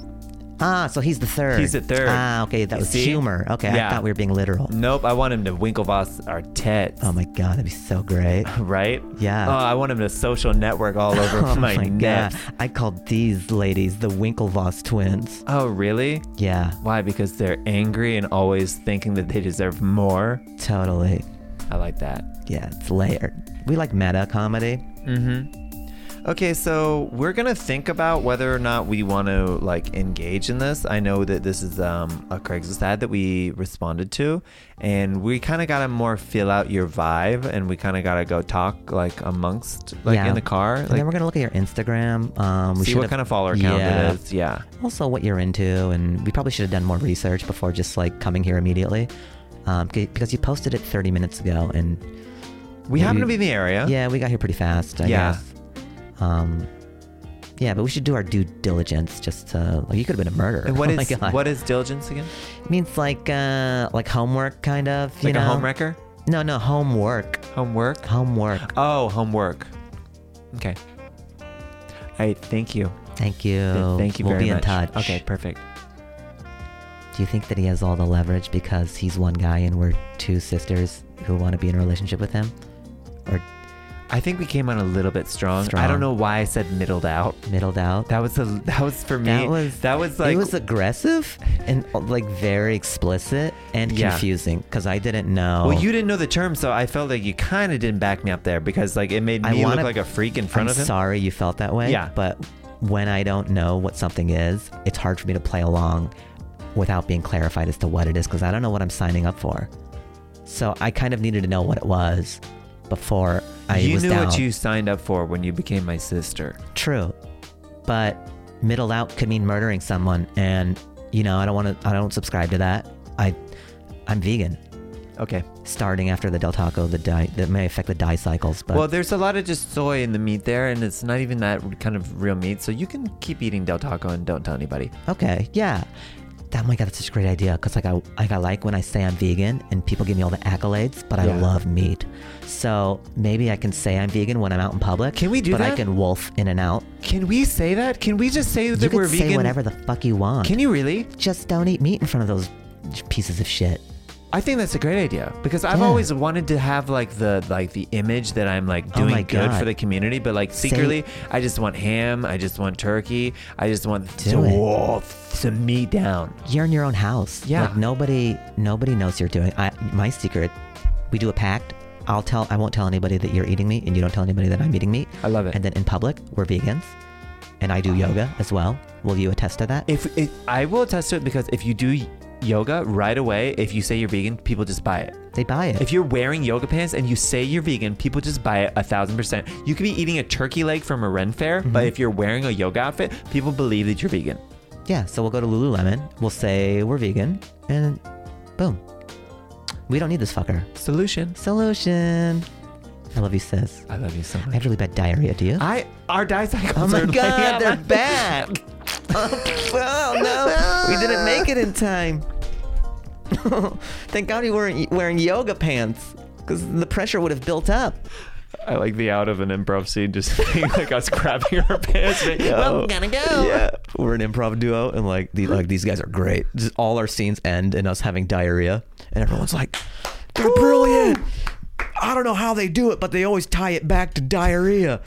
Ah, so he's the third. He's the third. Ah, okay, that You was see? humor. Okay, Yeah. I thought we were being literal. Nope. I want him to Winklevoss our tits. Oh my god, that'd be so great. right? Yeah. Oh, I want him to social network all over oh my, my, neck. god. I called these ladies the Winklevoss twins. Oh, really? Yeah, Why? Because they're angry and always thinking that they deserve more. totally. I like that. Yeah, it's layered. We like meta comedy. Mm-hmm. Okay, so we're gonna think about whether or not we want to like engage in this. I know that this is um, a Craigslist ad that we responded to, and we kind of gotta more feel out your vibe, and we kind of gotta go talk like amongst like Yeah. in the car, And like then we're gonna look at your Instagram. Um, we see should what have- kind of follower count yeah. it is. Yeah, Also, what you're into, and we probably should have done more research before just like coming here immediately, um, c- because you posted it 30 minutes ago, and we happen to be Maybe- in the area. yeah, we got here pretty fast. I Yeah. guess. Um, yeah, but we should do our due diligence. Just to, like you could have been a murderer. And what Oh my is God. what is diligence again? It means like uh like homework kind of you Like know a home wrecker? no no homework Homework? homework Oh, homework. Okay. All right. Thank you. thank you Th- thank you we'll very be in much. touch Okay. Perfect. do you think that he has all the leverage because he's one guy and we're two sisters who want to be in a relationship with him or I think we came on a little bit strong. I don't Strong. know why I said middled out. middled out That was a that was for me. That was- that was like it was aggressive and like very explicit and Yeah. confusing because I didn't know. well, you didn't know the term, so I felt like you kind of didn't back me up there because like it made I me wanna- look like a freak in front I'm of him. sorry you felt that way. Yeah. But when I don't know what something is, it's hard for me to play along without being clarified as to what it is because I don't know what I'm signing up for. So I kind of needed to know what it was before I you was knew down. what you signed up for when you became my sister. True, but middle out could mean murdering someone, and you know I don't want to. I don't subscribe to that. I, I'm vegan. Okay. Starting after the Del Taco, the die that may affect the die cycles, but well, there's a lot of just soy in the meat there, and it's not even that kind of real meat. So you can keep eating Del Taco and don't tell anybody. Okay, yeah. That, oh my god, that's such a great idea. Cause like I like I like when I say I'm vegan and people give me all the accolades, but I Yeah. love meat. So maybe I can say I'm vegan when I'm out in public. Can we do but But I that? can wolf in and out. Can we say that? Can we just say that you we're can say vegan? whatever the fuck you want. Can you really? Just don't eat meat in front of those pieces of shit. I think that's a great idea because I've Yeah. always wanted to have like the like the image that I'm like Oh doing my good God. for the community, but like Say- secretly, I just want ham, I just want turkey, I just want Do to it. wolf some meat down. You're in your own house. Yeah. Like nobody nobody knows you're doing. I my secret. We do a pact. I'll tell I won't tell anybody that you're eating meat and you don't tell anybody that I'm eating meat. I love it. And then in public, we're vegans. And I do Uh-huh. yoga as well. Will you attest to that? If it, I will attest to it because if you do yoga right away, if you say you're vegan, people just buy it. They buy it. If you're wearing yoga pants and you say you're vegan, people just buy it a thousand percent. You could be eating a turkey leg from a Ren fair, Mm-hmm. but if you're wearing a yoga outfit, people believe that you're vegan. yeah, so we'll go to Lululemon. We'll say we're vegan, and boom, we don't need this fucker. Solution. Solution. I love you, sis. I love you so I much. have really bad diarrhea. Do you? I our die cycles. oh are my laying god, out they're my- back. oh, oh no, we didn't make it in time. Thank God we weren't wearing yoga pants, because the pressure would have built up. I like the out of an improv scene, just being like us grabbing our pants. being, Well, "Oh." I'm gonna go. Yeah, we're an improv duo, and like these, like these guys are great. Just all our scenes end in us having diarrhea, and everyone's like, "They're brilliant." I don't know how they do it, but they always tie it back to diarrhea.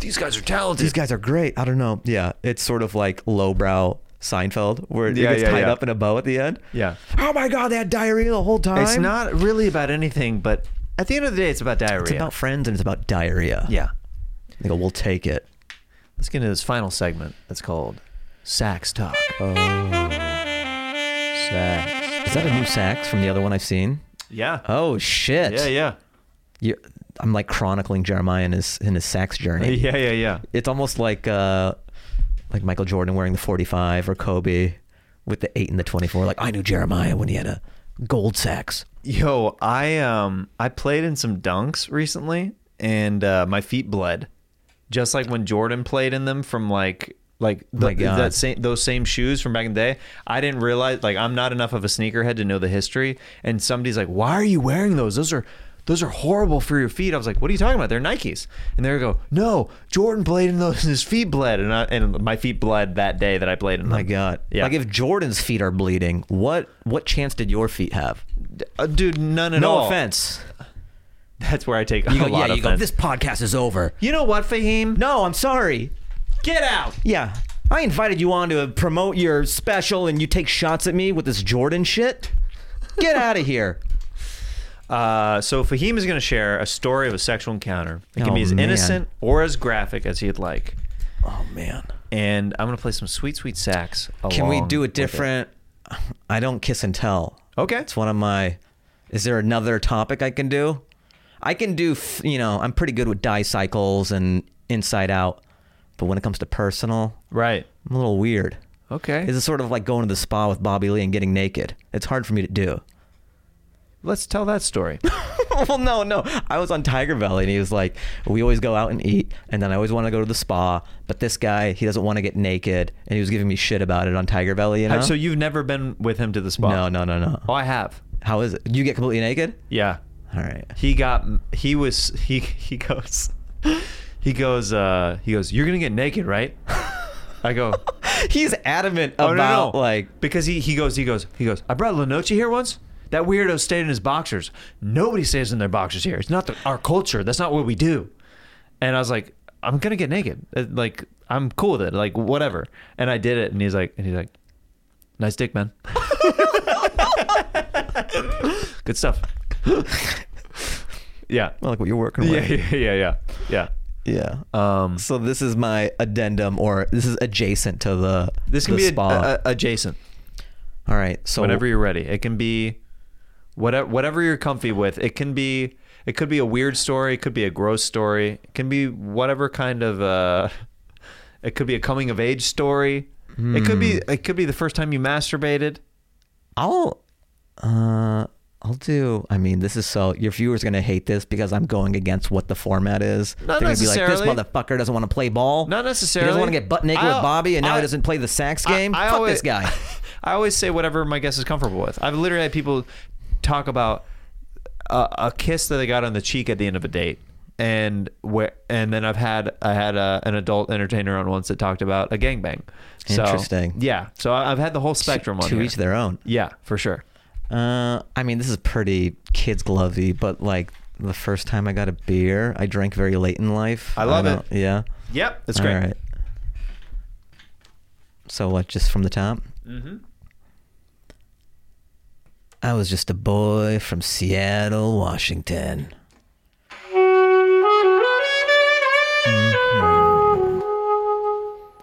These guys are talented. These guys are great. I don't know. Yeah, it's sort of like lowbrow Seinfeld, where it Yeah, gets yeah, tied yeah. up in a bow at the end. Yeah. Oh my god, they had diarrhea the whole time. It's not really about anything, but at the end of the day, it's about diarrhea. It's about friends and it's about diarrhea. yeah. They go, we'll take it. Let's get into this final segment that's called Sax Talk. Oh. Sax. Is that a new sax from the other one I've seen? Yeah. Oh shit. Yeah, yeah. you I'm like chronicling Jeremiah and his in his sax journey. Yeah, yeah, yeah. It's almost like uh like Michael Jordan wearing the 45 or Kobe with the 8 and the 24 like I knew Jeremiah when he had a gold sax. Yo, I um I played in some dunks recently and uh, my feet bled. Just like when Jordan played in them from like like the, Oh My God. that same those same shoes from back in the day. I didn't realize like I'm not enough of a sneakerhead to know the history and somebody's like, "Why are you wearing those? Those are those are horrible for your feet." I was like, "What are you talking about? They're Nikes." And they go, "No, Jordan played in those and his feet bled." And I, and my feet bled that day that I played in them. My god. Um, Yeah. Like if Jordan's feet are bleeding, what what chance did your feet have? Uh, dude, none at no all. offense. That's where I take a You go, lot yeah, of you go offense. this podcast is over. You know what, Fahim? No, I'm sorry. Get out. Yeah. I invited you on to promote your special and you take shots at me with this Jordan shit? Get out of here. Uh, so Fahim is going to share a story of a sexual encounter. It can Oh, be as man. innocent or as graphic as he'd like. Oh man. And I'm going to play some sweet, sweet sax. Can we along do with it different? I don't kiss and tell. Okay. It's one of my. Is there another topic I can do? I can do, f- you know, I'm pretty good with die cycles and inside out, but when it comes to personal, Right. I'm a little weird. Okay. This is sort of like going to the spa with Bobby Lee and getting naked. It's hard for me to do. Let's tell that story. well, no, no. I was on Tiger Valley, and he was like, "We always go out and eat, and then I always want to go to the spa, but this guy, he doesn't want to get naked, and he was giving me shit about it on Tiger Valley. You know? So you've never been with him to the spa? No, no, no, no. Oh, I have. How is it? You get completely naked? Yeah. All right. He got. He was. He he goes. He goes. uh He goes. You're gonna get naked, right? I go. He's adamant Oh, no, about no, no. like because he he goes he goes he goes. I brought Lenoci here once. That weirdo stayed in his boxers. Nobody stays in their boxers here. It's not the, our culture. That's not what we do. And I was like, I'm gonna get naked. Uh, Like I'm cool with it. Like whatever. And I did it. And he's like, and he's like, nice dick, man. Good stuff. yeah. I like what you're working Yeah, with. yeah, yeah, yeah, Yeah. yeah. Um, so this is my addendum, or this is adjacent to the this can the be a, spa. a- adjacent. All right. So whenever you're ready, it can be whatever whatever you're comfy with. It can be it could be a weird story. It could be a gross story. It can be whatever kind of uh, it could be a coming of age story. It could Hmm. be it could be the first time you masturbated. I'll uh I'll do. I mean, this is so your viewers are gonna hate this because I'm going against what the format is. Not They're gonna be like, this necessarily. motherfucker doesn't want to play ball. Not He necessarily. doesn't want to get butt naked I'll- with Bobby, and now I- he doesn't play the sax game. Fuck always, this guy. I always say whatever my guest is comfortable with. I've literally had people talk about a, a kiss that they got on the cheek at the end of a date, and where, and then I've had I had a, an adult entertainer on once that talked about a gangbang. So, Interesting. Yeah. So I- I've had the whole spectrum on to here. each their own. Yeah, for sure. Uh, I mean, this is pretty kids glovey, but like the first time I got a beer, I drank very late in life. I love don't- it. Yeah. Yep, that's great. All right. So what? Just from the top. Mm-hmm. I was just a boy from Seattle, Washington. Mm-hmm.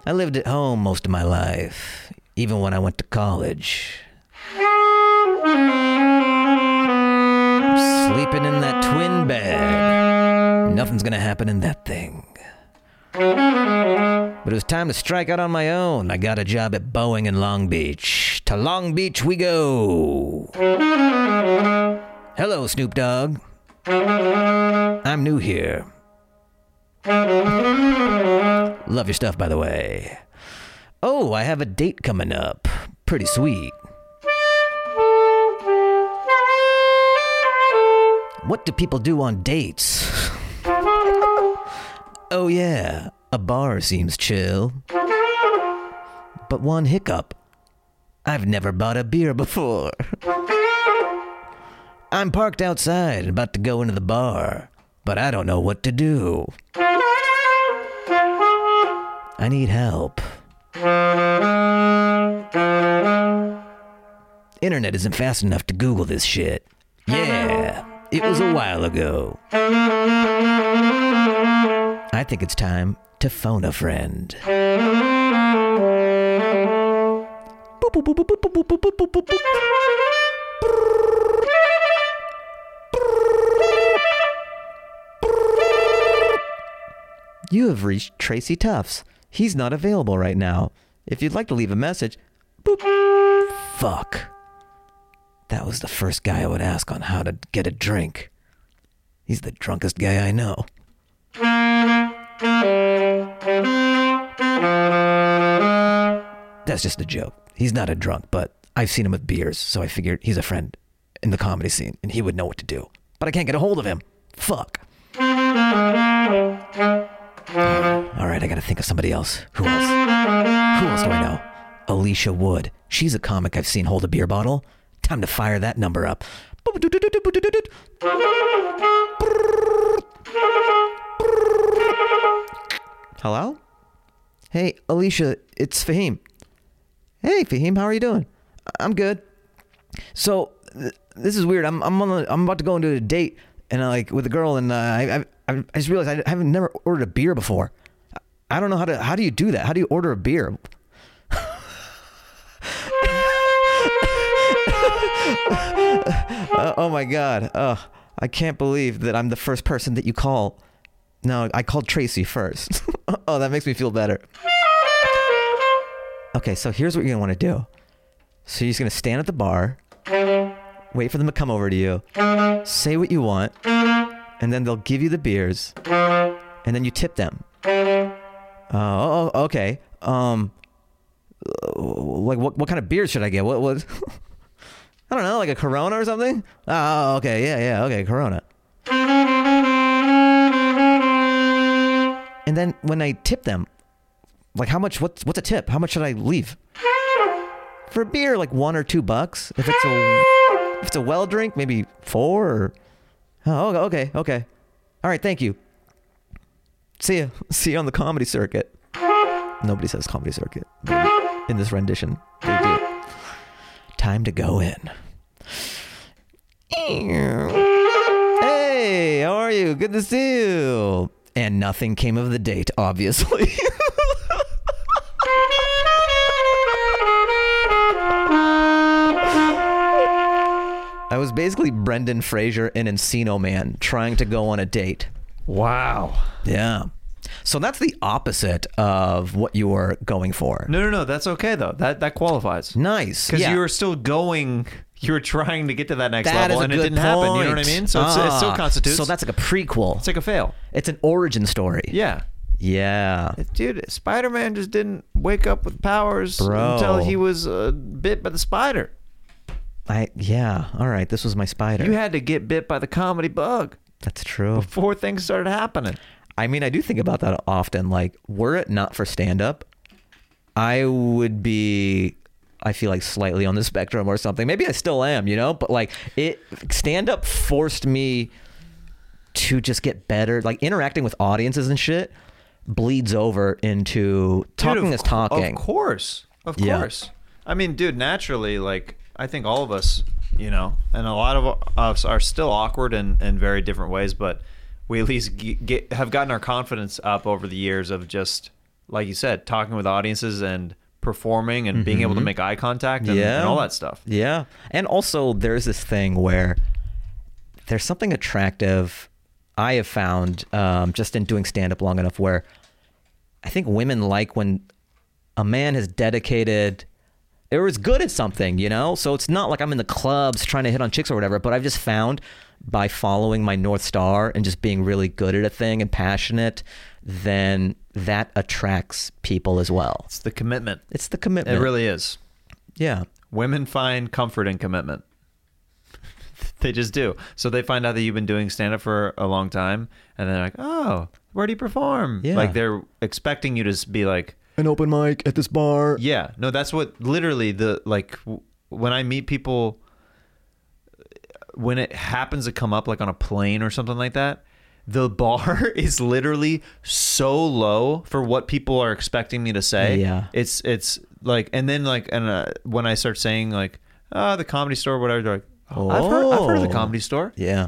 I lived at home most of my life, even when I went to college. Sleeping in that twin bed. Nothing's gonna happen in that thing. But it was time to strike out on my own. I got a job at Boeing in Long Beach. To Long Beach we go. Hello, Snoop Dogg. I'm new here. Love your stuff, by the way. Oh, I have a date coming up. Pretty sweet. What do people do on dates? oh, yeah, a bar seems chill. But one hiccup I've never bought a beer before. I'm parked outside and about to go into the bar, but I don't know what to do. I need help. Internet isn't fast enough to Google this shit. Yeah, it was a while ago. I think it's time to phone a friend. You have reached Tracy Tufts. He's not available right now. If you'd like to leave a message, boop. Fuck. That was the first guy I would ask on how to get a drink. He's the drunkest guy I know. That's just a joke. He's not a drunk, but I've seen him with beers, so I figured he's a friend in the comedy scene and he would know what to do. But I can't get a hold of him. Fuck. All right, I gotta think of somebody else. Who else? Who else do I know? Alicia Wood. She's a comic I've seen hold a beer bottle. Time to fire that number up. Hello? Hey, Alicia, it's Fahim. Hey, Fahim, how are you doing? "I- I'm good. So th- this is weird. I'm I'm on a, I'm about to go into a date and uh, like with a girl, and uh, I, I I just realized I haven't never ordered a beer before. I I don't know how to how do you do that? How do you order a beer? Uh, oh my god. Uh, I can't believe that I'm the first person that you call. No, I called Tracy first. oh, that makes me feel better. Okay, so here's what you're gonna want to do. So you're just gonna stand at the bar, wait for them to come over to you, say what you want, and then they'll give you the beers, and then you tip them. Uh, oh, oh, okay. Um, uh, like what? What kind of beer should I get? What? What? I don't know, like a Corona or something. Oh, okay, yeah, yeah, okay, Corona. And then when I tip them, like how much? What's what's a tip? How much should I leave? for a beer like one or two bucks if it's a if it's a well drink maybe four or oh okay okay all right thank you see you see you on the comedy circuit nobody says comedy circuit but in this rendition they do time to go in hey how are you good to see you and nothing came of the date obviously basically Brendan Fraser and Encino Man trying to go on a date. Wow. Yeah. So that's the opposite of what you were going for. No, no, no. That's okay though. That that qualifies. Nice. Because yeah. you were still going. You were trying to get to that next That is level, a and it good didn't happen. You know what I point. mean? So it's, it still Ah, constitutes. So that's like a prequel. it's like a fail. It's an origin story. Yeah. Yeah. Dude, Spider Man just didn't wake up with powers Bro. until he was uh, bit by the spider. I yeah. All right. This was my spider. You had to get bit by the comedy bug That's true. before things started happening. I mean, I do think about that often. Like, were it not for stand up, I would be, I feel like slightly on the spectrum or something. Maybe I still am, you know, but like it, stand up forced me to just get better. Like, interacting with audiences and shit bleeds over into talking Dude, of is cou- Of talking. course. Of Yeah. course. I mean, dude, naturally, like, I think all of us, you know, and a lot of us are still awkward in, in very different ways, but we at least g- get, have gotten our confidence up over the years of just, like you said, talking with audiences and performing and being able to make eye contact and, Mm-hmm. yeah. and all that stuff. Yeah. And also, there's this thing where there's something attractive I have found um, just in doing stand up long enough where I think women like when a man has dedicated or is good at something, you know? So it's not like I'm in the clubs trying to hit on chicks or whatever, but I've just found by following my North Star and just being really good at a thing and passionate, then that attracts people as well. It's the commitment. It's the commitment. It really is. Yeah. Women find comfort in commitment. they just do. So they find out that you've been doing stand up for a long time and they're like, "Oh, where do you perform?" Yeah. Like they're expecting you to s- be like, An open mic at this bar. "Yeah, no, that's what literally the like w- when I meet people when it happens to come up like on a plane or something like that, the bar is literally so low for what people are expecting me to say. Yeah. It's it's like and then like and uh, when I start saying like oh the comedy store whatever they're like oh, I've heard I've heard of the Oh. comedy store Yeah.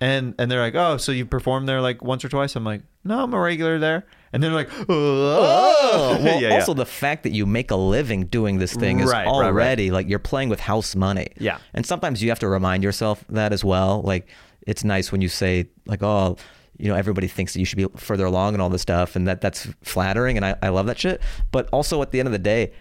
and and they're like oh so you perform there like once or twice I'm like no I'm a regular there and they're like oh Oh, well, Yeah, yeah. also the fact that you make a living doing this thing is Right, right, right. already like you're playing with house money. Yeah. And sometimes you have to remind yourself that as well. Like it's nice when you say like, oh, you know, everybody thinks that you should be further along and all this stuff, and that that's flattering, and I, I love that shit. But also at the end of the day,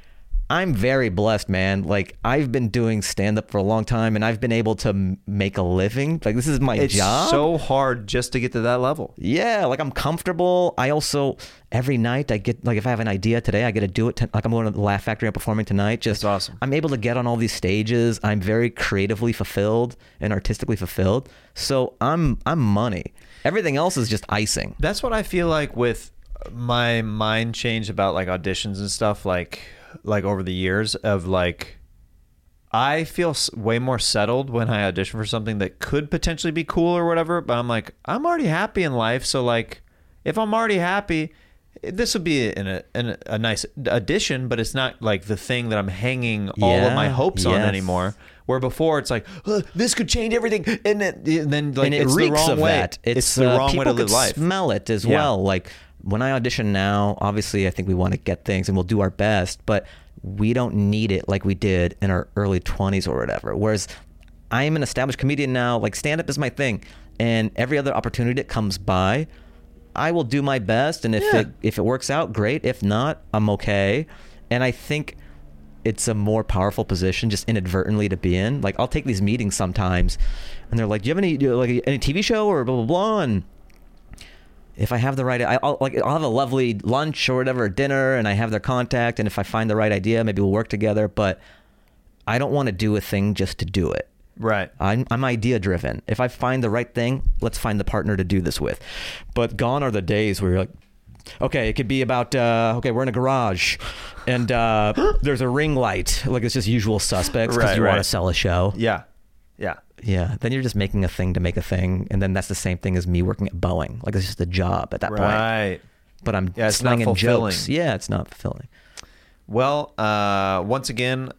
I'm very blessed, man. Like I've been doing stand up for a long time, and I've been able to m- make a living. Like this is my it's job. so hard just to get to that level Yeah, like I'm comfortable. I also every night I get like if I have an idea today, I get to do it. To, like I'm going to the Laugh Factory. I'm performing tonight. Just That's awesome. I'm able to get on all these stages. I'm very creatively fulfilled and artistically fulfilled. So I'm I'm money. Everything else is just icing. That's what I feel like with my mind change about like auditions and stuff like like over the years of like I feel s- way more settled when I audition for something that could potentially be cool or whatever, but I'm like I'm already happy in life, so like if I'm already happy, this would be an, a, an, a nice addition, but it's not like the thing that I'm hanging all of my Yeah, hopes on yes. anymore. Where before it's like "Huh, this could change everything, and, then and then like and it it's the reeks wrong of way. that. It's, the uh, wrong way to people live could life. Smell it as Yeah. well. Like when I audition now, obviously I think we want to get things and we'll do our best, but we don't need it like we did in our early twenties or whatever. Whereas I am an established comedian now. Like stand up is my thing, and every other opportunity that comes by. I will do my best, and if Yeah. it if it works out, great. If not, I'm okay. And I think it's a more powerful position just inadvertently to be in. Like I'll take these meetings sometimes, and they're like, "Do you have any do you like any TV show or blah blah blah?" And if I have the right, I- I'll like I'll have a lovely lunch or whatever, dinner, and I have their contact, and if I find the right idea, maybe we'll work together. But I don't want to do a thing just to do it. Right. I'm, I'm idea driven. If I find the right thing, let's find the partner to do this with. But gone are the days where you're like, okay, it could be about, uh, okay, we're in a garage and uh, there's a ring light. Like it's just usual suspects because Right, you want right. to sell a show. Yeah. Yeah. Yeah. Then you're just making a thing to make a thing. And then that's the same thing as me working at Boeing. Like it's just a job at that point. Right. But I'm Yeah, it's not slinging fulfilling. jokes. Yeah, it's not fulfilling. Well, uh, once again,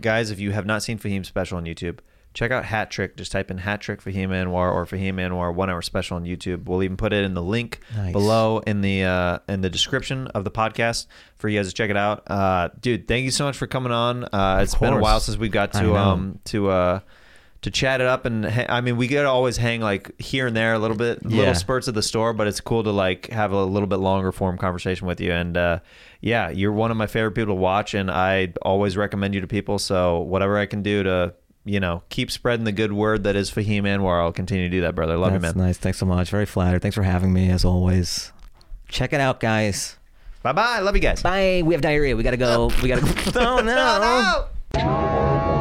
guys, if you have not seen Fahim's special on YouTube, check out Hat Trick. Just type in Hat Trick Fahim Anwar or Fahim Anwar one hour special on YouTube. We'll even put it in the link Nice. below in the uh, in the description of the podcast for you guys to check it out. Uh, dude, thank you so much for coming on. Uh, it's been a course. while since we got I to know. um to uh to chat it up and ha- I mean we could always hang like here and there a little bit Yeah. little spurts at the store but it's cool to like have a little bit longer form conversation with you and uh, yeah you're one of my favorite people to watch and I always recommend you to people so whatever I can do to you know keep spreading the good word that is Fahim Anwar I'll continue to do that brother love That's you man nice. Thanks so much. Very flattered. Thanks for having me, as always. Check it out, guys. bye bye love you guys Bye. We have diarrhea. We gotta go. We gotta go. oh no. Oh, no.